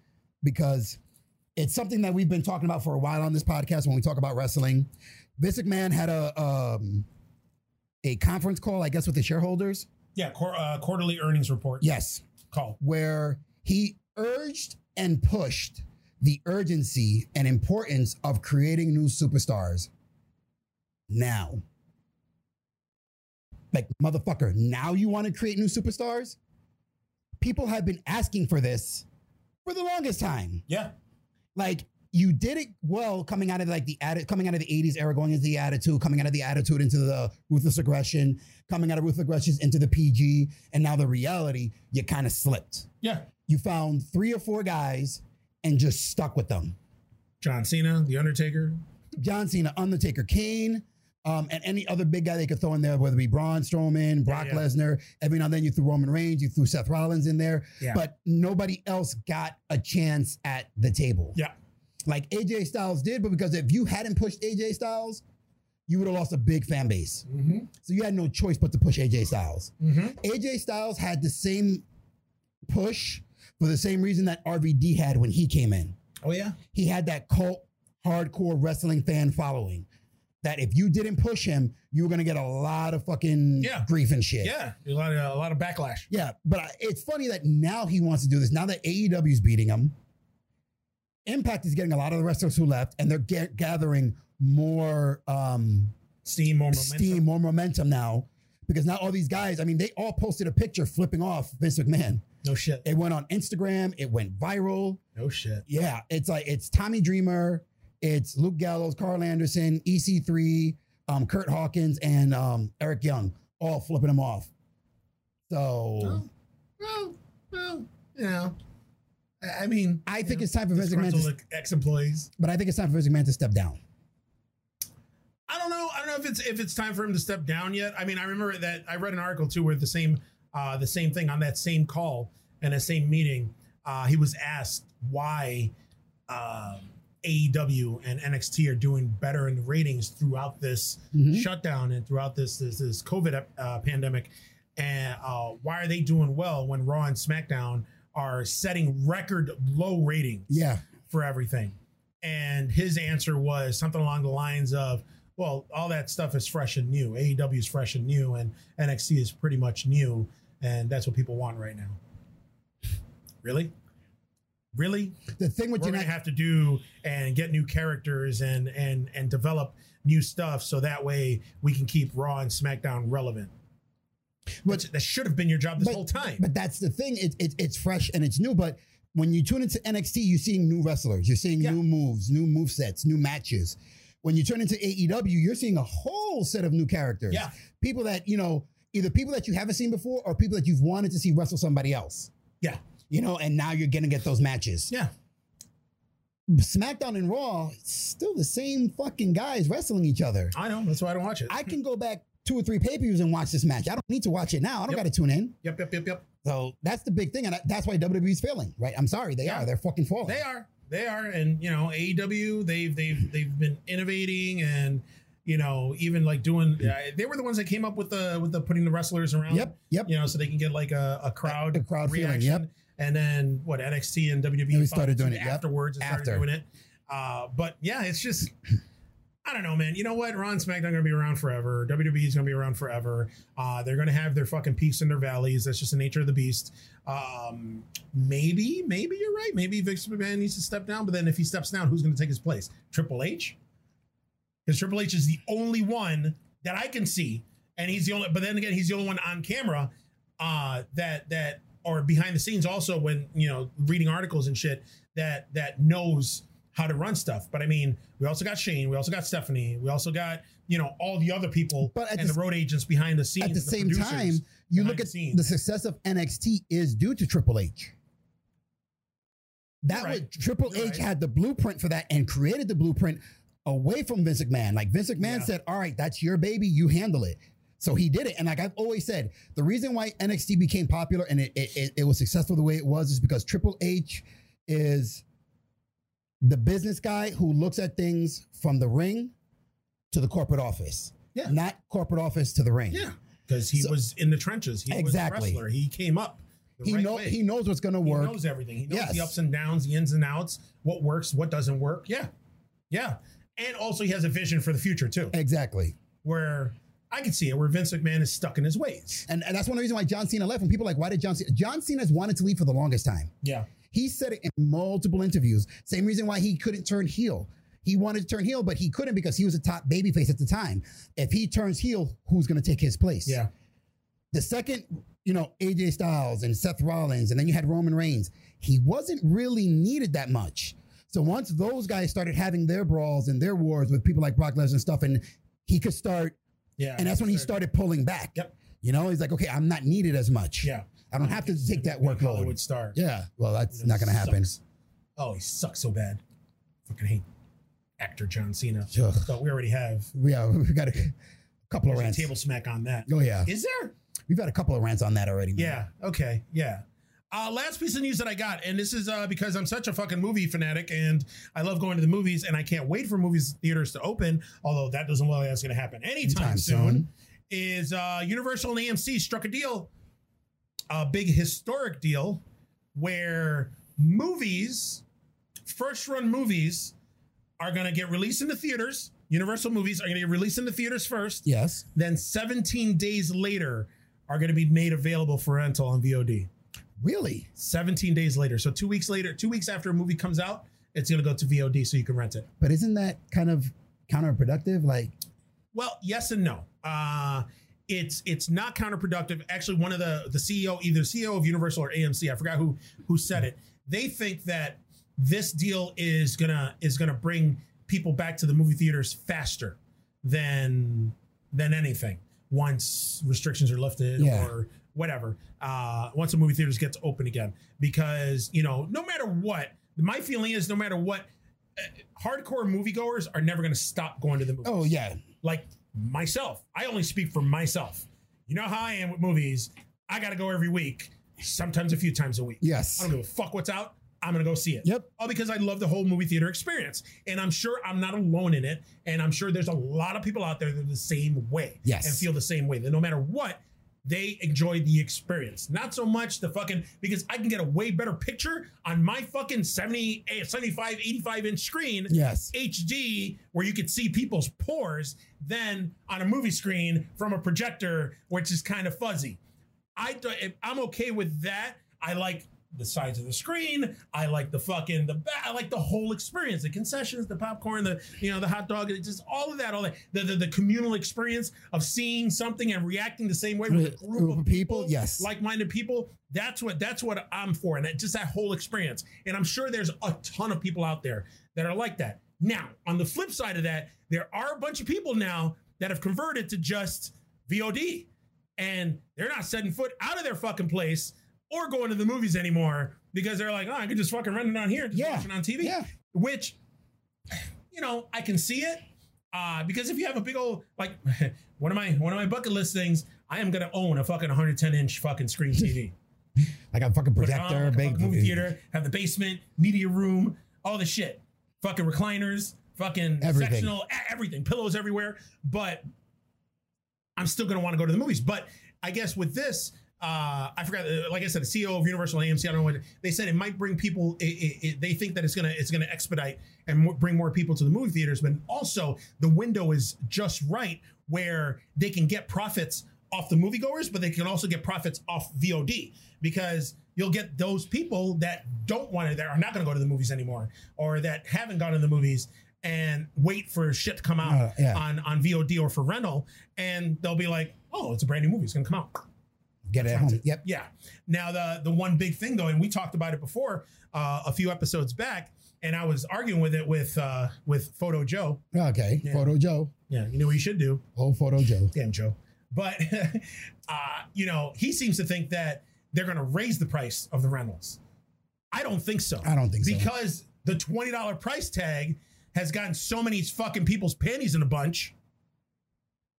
Speaker 1: because it's something that we've been talking about for a while on this podcast when we talk about wrestling. Vince McMahon had a um, a conference call, I guess, with the shareholders.
Speaker 2: Yeah, quar- uh, quarterly earnings report
Speaker 1: Yes,
Speaker 2: call.
Speaker 1: where he urged and pushed the urgency and importance of creating new superstars now. Like, motherfucker, now you want to create new superstars? People have been asking for this for the longest time.
Speaker 2: Yeah,
Speaker 1: Like, you did it well coming out of like the atti- coming out of the 80s era, going into the attitude, coming out of the attitude into the ruthless aggression, coming out of ruthless aggressions into the PG, and now the reality, you kind of slipped
Speaker 2: yeah.
Speaker 1: you found three or four guys and just stuck with them.
Speaker 2: John Cena, The Undertaker.
Speaker 1: John Cena, Undertaker, Kane, um, and any other big guy they could throw in there, whether it be Braun Strowman, Brock
Speaker 2: yeah.
Speaker 1: Lesnar. Every now and then you threw Roman Reigns, you threw Seth Rollins in there,
Speaker 2: Yeah.
Speaker 1: but nobody else got a chance at the table.
Speaker 2: Yeah.
Speaker 1: Like AJ Styles did, but because if you hadn't pushed AJ Styles, you would have lost a big fan base.
Speaker 2: Mm-hmm.
Speaker 1: So you had no choice but to push AJ Styles.
Speaker 2: Mm-hmm.
Speaker 1: AJ Styles had the same push for the same reason that RVD had when he came in.
Speaker 2: Oh yeah.
Speaker 1: He had that cult hardcore wrestling fan following. That if you didn't push him, you were gonna get a lot of fucking
Speaker 2: Yeah.
Speaker 1: grief and shit.
Speaker 2: Yeah, a lot of a lot of backlash.
Speaker 1: Yeah, but I- it's funny that now he wants to do this. Now that AEW is beating him, Impact is getting a lot of the wrestlers who left, and they're ga- gathering more um,
Speaker 2: Steam, more momentum.
Speaker 1: steam, more momentum now. Because now all these guys, I mean, they all posted a picture flipping off Vince McMahon.
Speaker 2: No shit.
Speaker 1: It went on Instagram. It went viral.
Speaker 2: No shit.
Speaker 1: Yeah, it's like it's Tommy Dreamer, it's Luke Gallows, Carl Anderson, EC3, um, Kurt Hawkins, and um, Eric Young, all flipping him off. So
Speaker 2: Oh, well, well, you know, I, I mean,
Speaker 1: I
Speaker 2: you
Speaker 1: think
Speaker 2: know,
Speaker 1: it's time for Vince McMahon,
Speaker 2: disgruntled
Speaker 1: to,
Speaker 2: ex-employees.
Speaker 1: but I think it's time for Vince McMahon to step down.
Speaker 2: I don't know. I don't know if it's if it's time for him to step down yet. I mean, I remember that I read an article too where the same uh, the same thing on that same call and that same meeting. Uh, he was asked why uh, AEW and NXT are doing better in the ratings throughout this
Speaker 1: Mhm.
Speaker 2: shutdown and throughout this this, this COVID uh, pandemic, and uh, why are they doing well when Raw and SmackDown are setting record low ratings?
Speaker 1: Yeah,
Speaker 2: for everything. And his answer was something along the lines of, well, all that stuff is fresh and new. AEW is fresh and new, and NXT is pretty much new. And that's what people want right now. Really? Really?
Speaker 1: the thing with
Speaker 2: We're
Speaker 1: you
Speaker 2: gonna have to do and get new characters and and and develop new stuff so that way we can keep Raw and SmackDown relevant.
Speaker 1: But-
Speaker 2: Which that should have been your job this
Speaker 1: but-
Speaker 2: whole time.
Speaker 1: But that's the thing. It, it, it's fresh and it's new. But when you tune into NXT, you're seeing new wrestlers. You're seeing
Speaker 2: Yeah.
Speaker 1: new moves, new move sets, new matches. When you turn into AEW, you're seeing a whole set of new characters.
Speaker 2: Yeah.
Speaker 1: People that, you know, either people that you haven't seen before or people that you've wanted to see wrestle somebody else.
Speaker 2: Yeah.
Speaker 1: You know, and now you're going to get those matches.
Speaker 2: yeah.
Speaker 1: SmackDown and Raw, it's still the same fucking guys wrestling each other.
Speaker 2: I know. That's why I don't watch it.
Speaker 1: I can go back two or three pay per views and watch this match. I don't need to watch it now. I don't
Speaker 2: Yep.
Speaker 1: got to tune in.
Speaker 2: yep, yep, yep, yep.
Speaker 1: So that's the big thing, and that's why WWE's failing, right? I'm sorry, they
Speaker 2: Yeah.
Speaker 1: are. They're fucking falling.
Speaker 2: They are. They are. And you know, AEW, they've they've they've been innovating and you know, even like doing uh, they were the ones that came up with the with the putting the wrestlers around.
Speaker 1: Yep, yep.
Speaker 2: You know, so they can get like a, a crowd
Speaker 1: A- a crowd feeling,
Speaker 2: reaction.
Speaker 1: yep.
Speaker 2: And then what NXT and WWE
Speaker 1: And we started doing it, yep.
Speaker 2: afterwards and started
Speaker 1: After.
Speaker 2: doing it. Uh, but yeah, it's just I don't know, man. You know what? Ron SmackDown gonna be around forever. WWE is gonna be around forever. Uh, they're gonna have their fucking peaks and their valleys. That's just the nature of the beast. Um, maybe, maybe you're right. Maybe Vince McMahon needs to step down. But then if he steps down, who's gonna take his place? Triple H? Because Triple H is the only one that I can see, and he's the only. But then again, he's the only one on camera uh, that that or behind the scenes also when you know reading articles and shit that that knows how to run stuff. But I mean, we also got Shane, we also got Stephanie, we also got you know all the other people
Speaker 1: But at
Speaker 2: and
Speaker 1: the
Speaker 2: the road agents behind the scenes.
Speaker 1: At the same
Speaker 2: producers.
Speaker 1: time, you look
Speaker 2: behind
Speaker 1: at
Speaker 2: the scenes.
Speaker 1: the success of NXT is due to Triple H. That
Speaker 2: You're right.
Speaker 1: was Triple
Speaker 2: You're
Speaker 1: H
Speaker 2: right.
Speaker 1: had the blueprint for that and created the blueprint away from Vince McMahon. Like Vince McMahon
Speaker 2: Yeah.
Speaker 1: said, "All right, that's your baby, you handle it." So he did it, and like I've always said, the reason why NXT became popular and it it, it, it was successful the way it was is because Triple H is the business guy who looks at things from the ring to the corporate office,
Speaker 2: Yeah.
Speaker 1: not corporate office to the ring.
Speaker 2: yeah, because he
Speaker 1: So-
Speaker 2: was in the trenches. He was
Speaker 1: Exactly.
Speaker 2: a wrestler. He came up. the
Speaker 1: he
Speaker 2: right
Speaker 1: know
Speaker 2: way.
Speaker 1: he knows what's gonna
Speaker 2: He
Speaker 1: work.
Speaker 2: knows everything. He knows
Speaker 1: Yes.
Speaker 2: the ups and downs, the ins and outs, what works, what doesn't work. Yeah. Yeah. And also, he has a vision for the future too,
Speaker 1: Exactly.
Speaker 2: where I can see it, where Vince McMahon is stuck in his ways.
Speaker 1: And, and that's one of the reasons why John Cena left. When people are like, why did John Cena? John Cena's wanted to leave for the longest time.
Speaker 2: Yeah,
Speaker 1: He said it in multiple interviews. Same reason why he couldn't turn heel. He wanted to turn heel, but he couldn't because he was a top babyface at the time. If he turns heel, who's going to take his place?
Speaker 2: yeah,
Speaker 1: The second, you know, AJ Styles and Seth Rollins, and then you had Roman Reigns. He wasn't really needed that much. So once those guys started having their brawls and their wars with people like Brock Lesnar and stuff, and he could start,
Speaker 2: yeah.
Speaker 1: and that's when he started pulling back.
Speaker 2: Yep.
Speaker 1: You know, he's like, okay, I'm not needed as much.
Speaker 2: Yeah,
Speaker 1: I don't have to take that workload.
Speaker 2: Hollywood star.
Speaker 1: Yeah. Well, that's
Speaker 2: It
Speaker 1: not going to happen.
Speaker 2: sucks. Oh, he sucks so bad. Fucking hate actor John Cena.
Speaker 1: Ugh.
Speaker 2: So we already have
Speaker 1: Yeah, we've uh, got a couple of
Speaker 2: there's
Speaker 1: rants.
Speaker 2: a table smack on that.
Speaker 1: Oh yeah,
Speaker 2: Is there?
Speaker 1: we've had a couple of rants on that already. man.
Speaker 2: Yeah. Okay. Yeah. Uh, last piece of news that I got, and this is uh, because I'm such a fucking movie fanatic, and I love going to the movies, and I can't wait for movies theaters to open. Although that doesn't look like that's going to happen anytime
Speaker 1: Anytime
Speaker 2: soon.
Speaker 1: soon.
Speaker 2: Is uh, Universal and AMC struck a deal, a big historic deal, where movies, first run movies, are going to get released in the theaters. Universal movies are going to get released in the theaters first
Speaker 1: Yes.
Speaker 2: then 17 days later are going to be made available for rental on VOD.
Speaker 1: Really?
Speaker 2: 17 days later. So 2 weeks later, 2 weeks after a movie comes out, it's going to go to VOD so you can rent it.
Speaker 1: But isn't that kind of counterproductive? Like,
Speaker 2: Well, yes and no. Uh it's it's not counterproductive. Actually, one of the the CEO, either CEO of Universal or AMC, I forgot who who said it. They think that this deal is gonna is gonna bring people back to the movie theaters faster than than anything once restrictions are lifted
Speaker 1: Yeah.
Speaker 2: or whatever. Uh, once the movie theaters get to open again, because you know, no matter what, my feeling is, no matter what, uh, hardcore moviegoers are never gonna stop going to the movie
Speaker 1: oh yeah,
Speaker 2: like myself. I only speak for myself. You know how I am with movies. I gotta go every week, sometimes a few times a week. I
Speaker 1: yes.
Speaker 2: don't give a fuck what's out. I'm gonna go see it.
Speaker 1: Yep.
Speaker 2: All because I love the whole movie theater experience. And I'm sure I'm not alone in it. And I'm sure there's a lot of people out there that are the same way.
Speaker 1: Yes.
Speaker 2: And feel the same way. That no matter what, they enjoy the experience. Not so much the fucking, because I can get a way better picture on my fucking 70, eh, 75, 85 inch screen
Speaker 1: Yes.
Speaker 2: HD where you could see people's pores than on a movie screen from a projector, which is kind of fuzzy. I th- if- I'm okay with that. I like the sides of the screen. I like the fucking the ba- I like the whole experience, the concessions, the popcorn, the you know the hot dog, it just all of that, all that the the, the communal experience of seeing something and reacting the same way with a group,
Speaker 1: Group
Speaker 2: of
Speaker 1: of people, yes.
Speaker 2: like-minded people. That's what that's what I'm for, and that, just that whole experience. And I'm sure there's a ton of people out there that are like that. Now, on the flip side of that, there are a bunch of people now that have converted to just VOD, and they're not setting foot out of their fucking place or going to the movies anymore because they're like, oh, I can just fucking rent it on here, and just
Speaker 1: Yeah.
Speaker 2: watch it on TV
Speaker 1: Yeah.
Speaker 2: which you know I can see it uh, because if you have a big old like one of my one of my bucket list things, I am gonna own a fucking 110 inch fucking screen TV.
Speaker 1: Like a fucking
Speaker 2: Put it on,
Speaker 1: projector,
Speaker 2: like a
Speaker 1: big
Speaker 2: fucking movie theater, have the basement, media room, all the shit, fucking recliners, fucking
Speaker 1: Everything.
Speaker 2: sectional, e- everything, pillows everywhere. But I'm still gonna want to go to the movies. But I guess with this. Uh, I forgot. uh, Like I said, the CEO of Universal AMC. I don't know what they said. It might bring people. It, it, it, they think that it's gonna it's gonna expedite and mo- bring more people to the movie theaters. But also, the window is just right where they can get profits off the moviegoers, but they can also get profits off VOD because you'll get those people that don't want to, that are not going to go to the movies anymore, or that haven't gone to the movies and wait for shit to come out
Speaker 1: Uh, yeah.
Speaker 2: on on VOD or for rental, and they'll be like, "Oh, it's a brand new movie. It's going to come out."
Speaker 1: Get it at home. Yep.
Speaker 2: Yeah. Now the the one big thing though, and we talked about it before uh, a few episodes back, and I was arguing with it with uh, with Photo Joe.
Speaker 1: Okay.
Speaker 2: Yeah.
Speaker 1: Photo Joe.
Speaker 2: Yeah, you know what you should do.
Speaker 1: Oh, Photo Joe.
Speaker 2: Damn, Joe. But uh, you know, he seems to think that they're going to raise the price of the rentals. I don't think so.
Speaker 1: I don't think so.
Speaker 2: because the twenty dollar price tag has gotten so many fucking people's panties in a bunch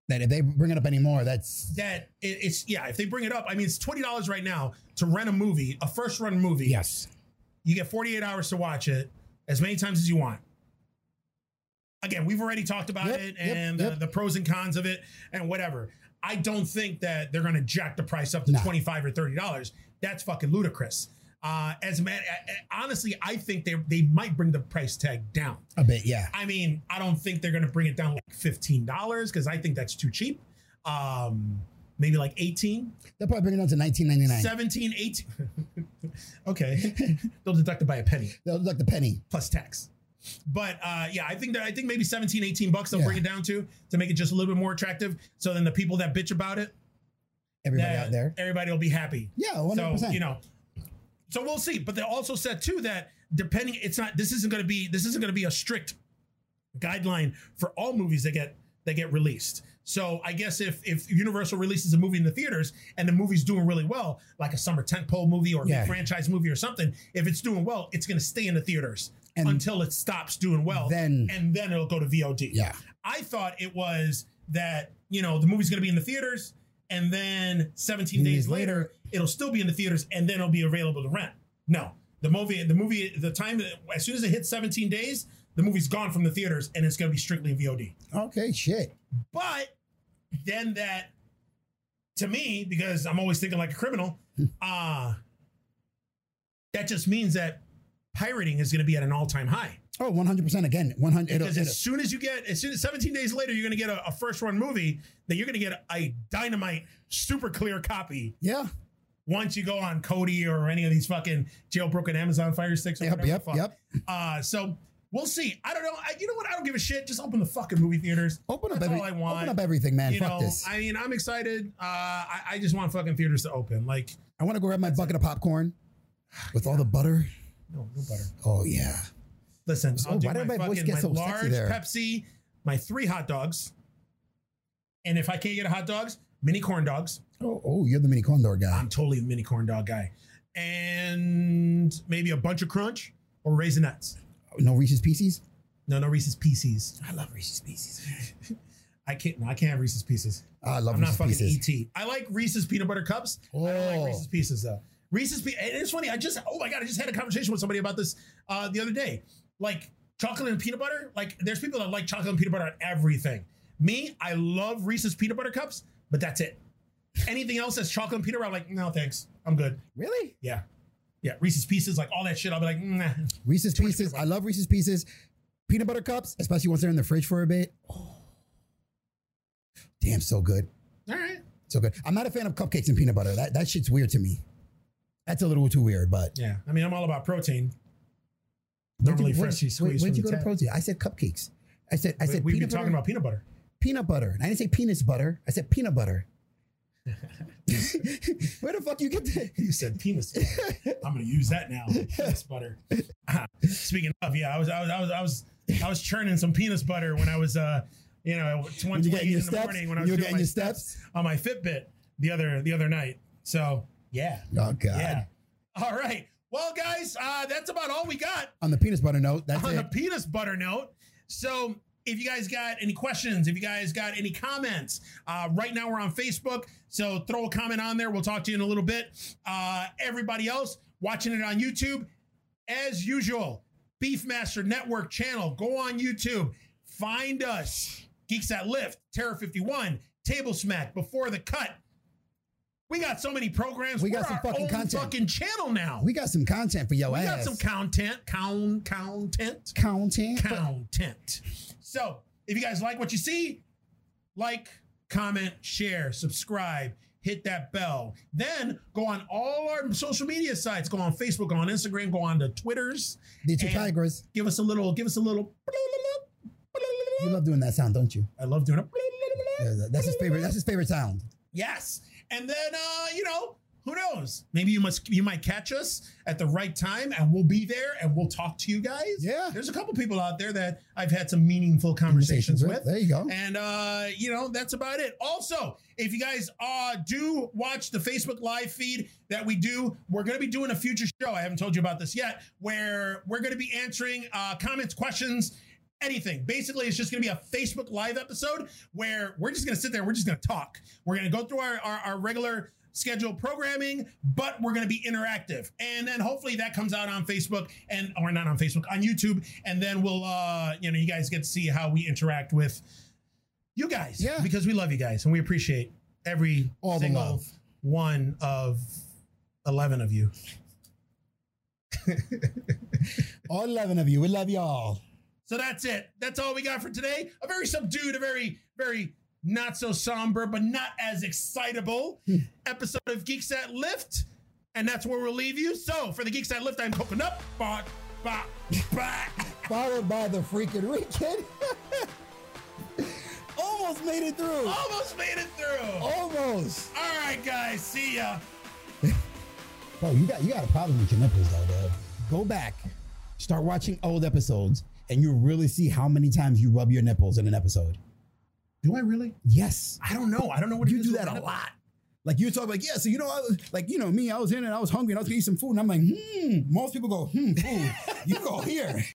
Speaker 1: That if they bring it up anymore, that's
Speaker 2: that it, it's yeah. If they bring it up, I mean, it's twenty dollars right now to rent a movie, a first run movie.
Speaker 1: yes.
Speaker 2: You get 48 hours to watch it as many times as you want. Again, we've already talked about
Speaker 1: Yep,
Speaker 2: it
Speaker 1: yep,
Speaker 2: and
Speaker 1: yep.
Speaker 2: The, the pros and cons of it and whatever. I don't think that they're going to jack the price up to
Speaker 1: Nah.
Speaker 2: 25 or 30 dollars. That's fucking ludicrous. Uh, as a man, I- I- honestly, I think they they might bring the price tag down.
Speaker 1: A bit, yeah.
Speaker 2: I mean, I don't think they're going to bring it down like fifteen dollars because I think that's too cheap. Um, maybe like 18
Speaker 1: They'll probably bring it down to 1999.
Speaker 2: 17 18 okay they'll deduct it by a penny
Speaker 1: They'll deduct the penny.
Speaker 2: plus tax. But uh, yeah, I think that I think maybe 17, 18 bucks they'll
Speaker 1: Yeah.
Speaker 2: bring it down to to make it just a little bit more attractive. So then the people that bitch about it,
Speaker 1: Everybody
Speaker 2: that
Speaker 1: out there.
Speaker 2: everybody will be happy.
Speaker 1: Yeah, 100%.
Speaker 2: So you know, so we'll see. But they also said too that depending, it's not this isn't going to be this isn't going to be a strict guideline for all movies that get that get released. So I guess if if Universal releases a movie in the theaters and the movie's doing really well, like a summer tentpole movie or a big
Speaker 1: Yeah.
Speaker 2: franchise movie or something, if it's doing well, it's going to stay in the theaters
Speaker 1: And
Speaker 2: until it stops doing well,
Speaker 1: then-
Speaker 2: and then it'll go to VOD.
Speaker 1: Yeah.
Speaker 2: I thought it was that you know the movie's going to be in the theaters, and then 17 days
Speaker 1: Days
Speaker 2: later, it'll still be in the theaters, and then it'll be available to rent. No, the movie, the movie, the time as soon as it hits 17 days, the movie's gone from the theaters, and it's going to be strictly VOD.
Speaker 1: Okay, shit.
Speaker 2: But then that, to me, because I'm always thinking like a criminal, uh that just means that pirating is going to be at an all-time high.
Speaker 1: Oh, 100% again. 100 it'll,
Speaker 2: Because
Speaker 1: it'll,
Speaker 2: as soon as you get, as soon as 17 days later, you're going to get a, a first run movie that you're going to get a dynamite, super clear copy
Speaker 1: Yeah.
Speaker 2: once you go on Cody or any of these fucking jailbroken Amazon Fire Sticks. Or
Speaker 1: Yep,
Speaker 2: whatever the
Speaker 1: yep,
Speaker 2: fuck.
Speaker 1: yep.
Speaker 2: Uh, so we'll see. I don't know. I, you know what? I don't give a shit. Just open the fucking movie theaters.
Speaker 1: Open up,
Speaker 2: That's
Speaker 1: every,
Speaker 2: all I want.
Speaker 1: open up everything, man.
Speaker 2: you
Speaker 1: Fuck
Speaker 2: know,
Speaker 1: this. I,
Speaker 2: I mean, I'm excited. Uh, I, I just want fucking theaters to open. Like,
Speaker 1: want to go grab my bucket of popcorn with all the butter.
Speaker 2: no, no butter.
Speaker 1: Oh, yeah.
Speaker 2: Listen,
Speaker 1: So
Speaker 2: I'll do
Speaker 1: Oh, why
Speaker 2: my,
Speaker 1: did my voice
Speaker 2: fucking
Speaker 1: get
Speaker 2: my
Speaker 1: so sexy
Speaker 2: large
Speaker 1: there?
Speaker 2: Pepsi, my three hot dogs, and if I can't get a hot dogs, mini corn dogs.
Speaker 1: Oh, oh you're the mini condor guy.
Speaker 2: I'm totally a mini corn dog guy, and maybe a bunch of crunch or raisinets.
Speaker 1: No Reese's Pieces?
Speaker 2: No, no Reese's Pieces.
Speaker 1: I love Reese's Pieces.
Speaker 2: I can't. No, I can't have Reese's Pieces.
Speaker 1: I love
Speaker 2: I'm
Speaker 1: Reese's
Speaker 2: not fucking
Speaker 1: Pieces.
Speaker 2: ET. I like Reese's peanut butter cups. I don't
Speaker 1: Oh.
Speaker 2: like Reese's Pieces though. Reese's Pieces. It's funny. I just. Oh my god. I just had a conversation with somebody about this uh, the other day. Like chocolate and peanut butter. Like there's people that like chocolate and peanut butter on everything. Me, I love Reese's peanut butter cups, but that's it. Anything else that's chocolate and peanut butter, I'm like, no, thanks. I'm good.
Speaker 1: Really?
Speaker 2: Yeah. Yeah. Reese's Pieces, like all that shit. I'll be like, nah.
Speaker 1: Reese's Pieces. I love Reese's Pieces. Peanut butter cups, especially once they're in the fridge for a bit. Oh. Damn, so good.
Speaker 2: All right.
Speaker 1: So good. I'm not a fan of cupcakes and peanut butter. That, that shit's weird to me. That's a little too weird, but.
Speaker 2: Yeah. I mean, I'm all about protein.
Speaker 1: Where'd
Speaker 2: Normally
Speaker 1: you- where'd-
Speaker 2: freshly
Speaker 1: wait,
Speaker 2: squeezed
Speaker 1: Where'd
Speaker 2: from
Speaker 1: you
Speaker 2: the
Speaker 1: go to
Speaker 2: tap.
Speaker 1: protein? I said cupcakes. I said, I said
Speaker 2: We've been
Speaker 1: peanut butter.
Speaker 2: talking about peanut butter.
Speaker 1: peanut butter. And I didn't say penis butter. I said peanut butter. Where the fuck you get that?
Speaker 2: You said penis. butter. I'm gonna use that now. Penis butter. Ah, Speaking of, yeah, I was, I was, I was, I was, I was churning some penis butter when I was, uh, you know, at
Speaker 1: When you
Speaker 2: 128
Speaker 1: getting your
Speaker 2: in the
Speaker 1: steps?
Speaker 2: morning when I
Speaker 1: You
Speaker 2: was
Speaker 1: were
Speaker 2: doing
Speaker 1: getting
Speaker 2: my
Speaker 1: your
Speaker 2: steps
Speaker 1: steps?
Speaker 2: on my Fitbit the other the other night. So yeah,
Speaker 1: Oh, God.
Speaker 2: yeah. All right. Well, guys, uh, that's about all we got
Speaker 1: On the peanut butter note, that's
Speaker 2: on the
Speaker 1: it.
Speaker 2: penis butter note. So if you guys got any questions, if you guys got any comments, uh, right now we're on Facebook. So throw a comment on there. We'll talk to you in a little bit. Uh, everybody else watching it on YouTube, as usual, Beefmaster Network channel. Go on YouTube, find us. Geeks at Lift, Terror 51, Table Smack, Before the Cut. We got so many programs.
Speaker 1: We got
Speaker 2: We're
Speaker 1: some
Speaker 2: our
Speaker 1: fucking
Speaker 2: own
Speaker 1: content.
Speaker 2: fucking channel now. We,
Speaker 1: We got some content for your
Speaker 2: got
Speaker 1: ass.
Speaker 2: some content, count, content
Speaker 1: content.
Speaker 2: content. So if you guys like what you see, like, comment, share, subscribe, hit that bell. Then go on all our social media sites. Go on Facebook, go on Instagram, go on to Twitters.
Speaker 1: The two
Speaker 2: And
Speaker 1: tigers.
Speaker 2: Give us a little, give us a little.
Speaker 1: You love doing that sound, don't you?
Speaker 2: I love doing it.
Speaker 1: Yeah, That's his favorite. That's his favorite sound.
Speaker 2: Yes. And then uh, you know, who knows? Maybe you must you might catch us at the right time and we'll be there and we'll talk to you guys.
Speaker 1: Yeah.
Speaker 2: There's a couple people out there that I've had some meaningful conversations with.
Speaker 1: There you go.
Speaker 2: And uh, you know, that's about it. Also, if you guys uh do watch the Facebook live feed that we do, we're gonna be doing a future show. I haven't told you about this yet, where we're gonna be answering uh comments, questions. Anything. Basically, it's just going to be a Facebook Live episode where we're just going to sit there. We're just going to talk. We're going to go through our, our, our regular scheduled programming, but we're going to be interactive. And then hopefully that comes out on Facebook and, or not on Facebook, on YouTube. And then we'll, uh, you know, you guys get to see how we interact with you guys.
Speaker 1: Yeah.
Speaker 2: Because we love you guys and we appreciate every
Speaker 1: All the
Speaker 2: single
Speaker 1: love.
Speaker 2: one of 11 of you.
Speaker 1: All 11 of you. We love y'all.
Speaker 2: So that's it. That's all we got for today. A very subdued, a very, very not so somber, but not as excitable episode of Geeks at Lift. And that's where we'll leave you. So for the Geeks at Lift, I'm hooking up. Ba, ba, ba.
Speaker 1: Followed by the freaking weekend. Almost made it through.
Speaker 2: Almost made it through.
Speaker 1: Oh.
Speaker 2: All
Speaker 1: Almost.
Speaker 2: right, guys. See ya.
Speaker 1: Bro, you got you got a problem with your nipples though, bro. Go back, start watching old episodes, and you really see how many times you rub your nipples in an episode.
Speaker 2: Do I really?
Speaker 1: Yes.
Speaker 2: I don't know. I don't know what it
Speaker 1: You
Speaker 2: is
Speaker 1: do
Speaker 2: with
Speaker 1: that
Speaker 2: my
Speaker 1: a
Speaker 2: nip-
Speaker 1: lot. Like you talk like, yeah, so you know, I was, like, you know, me, I was in and I was hungry and I was gonna eat some food. And I'm like, hmm. Most people go, hmm, food. you go here.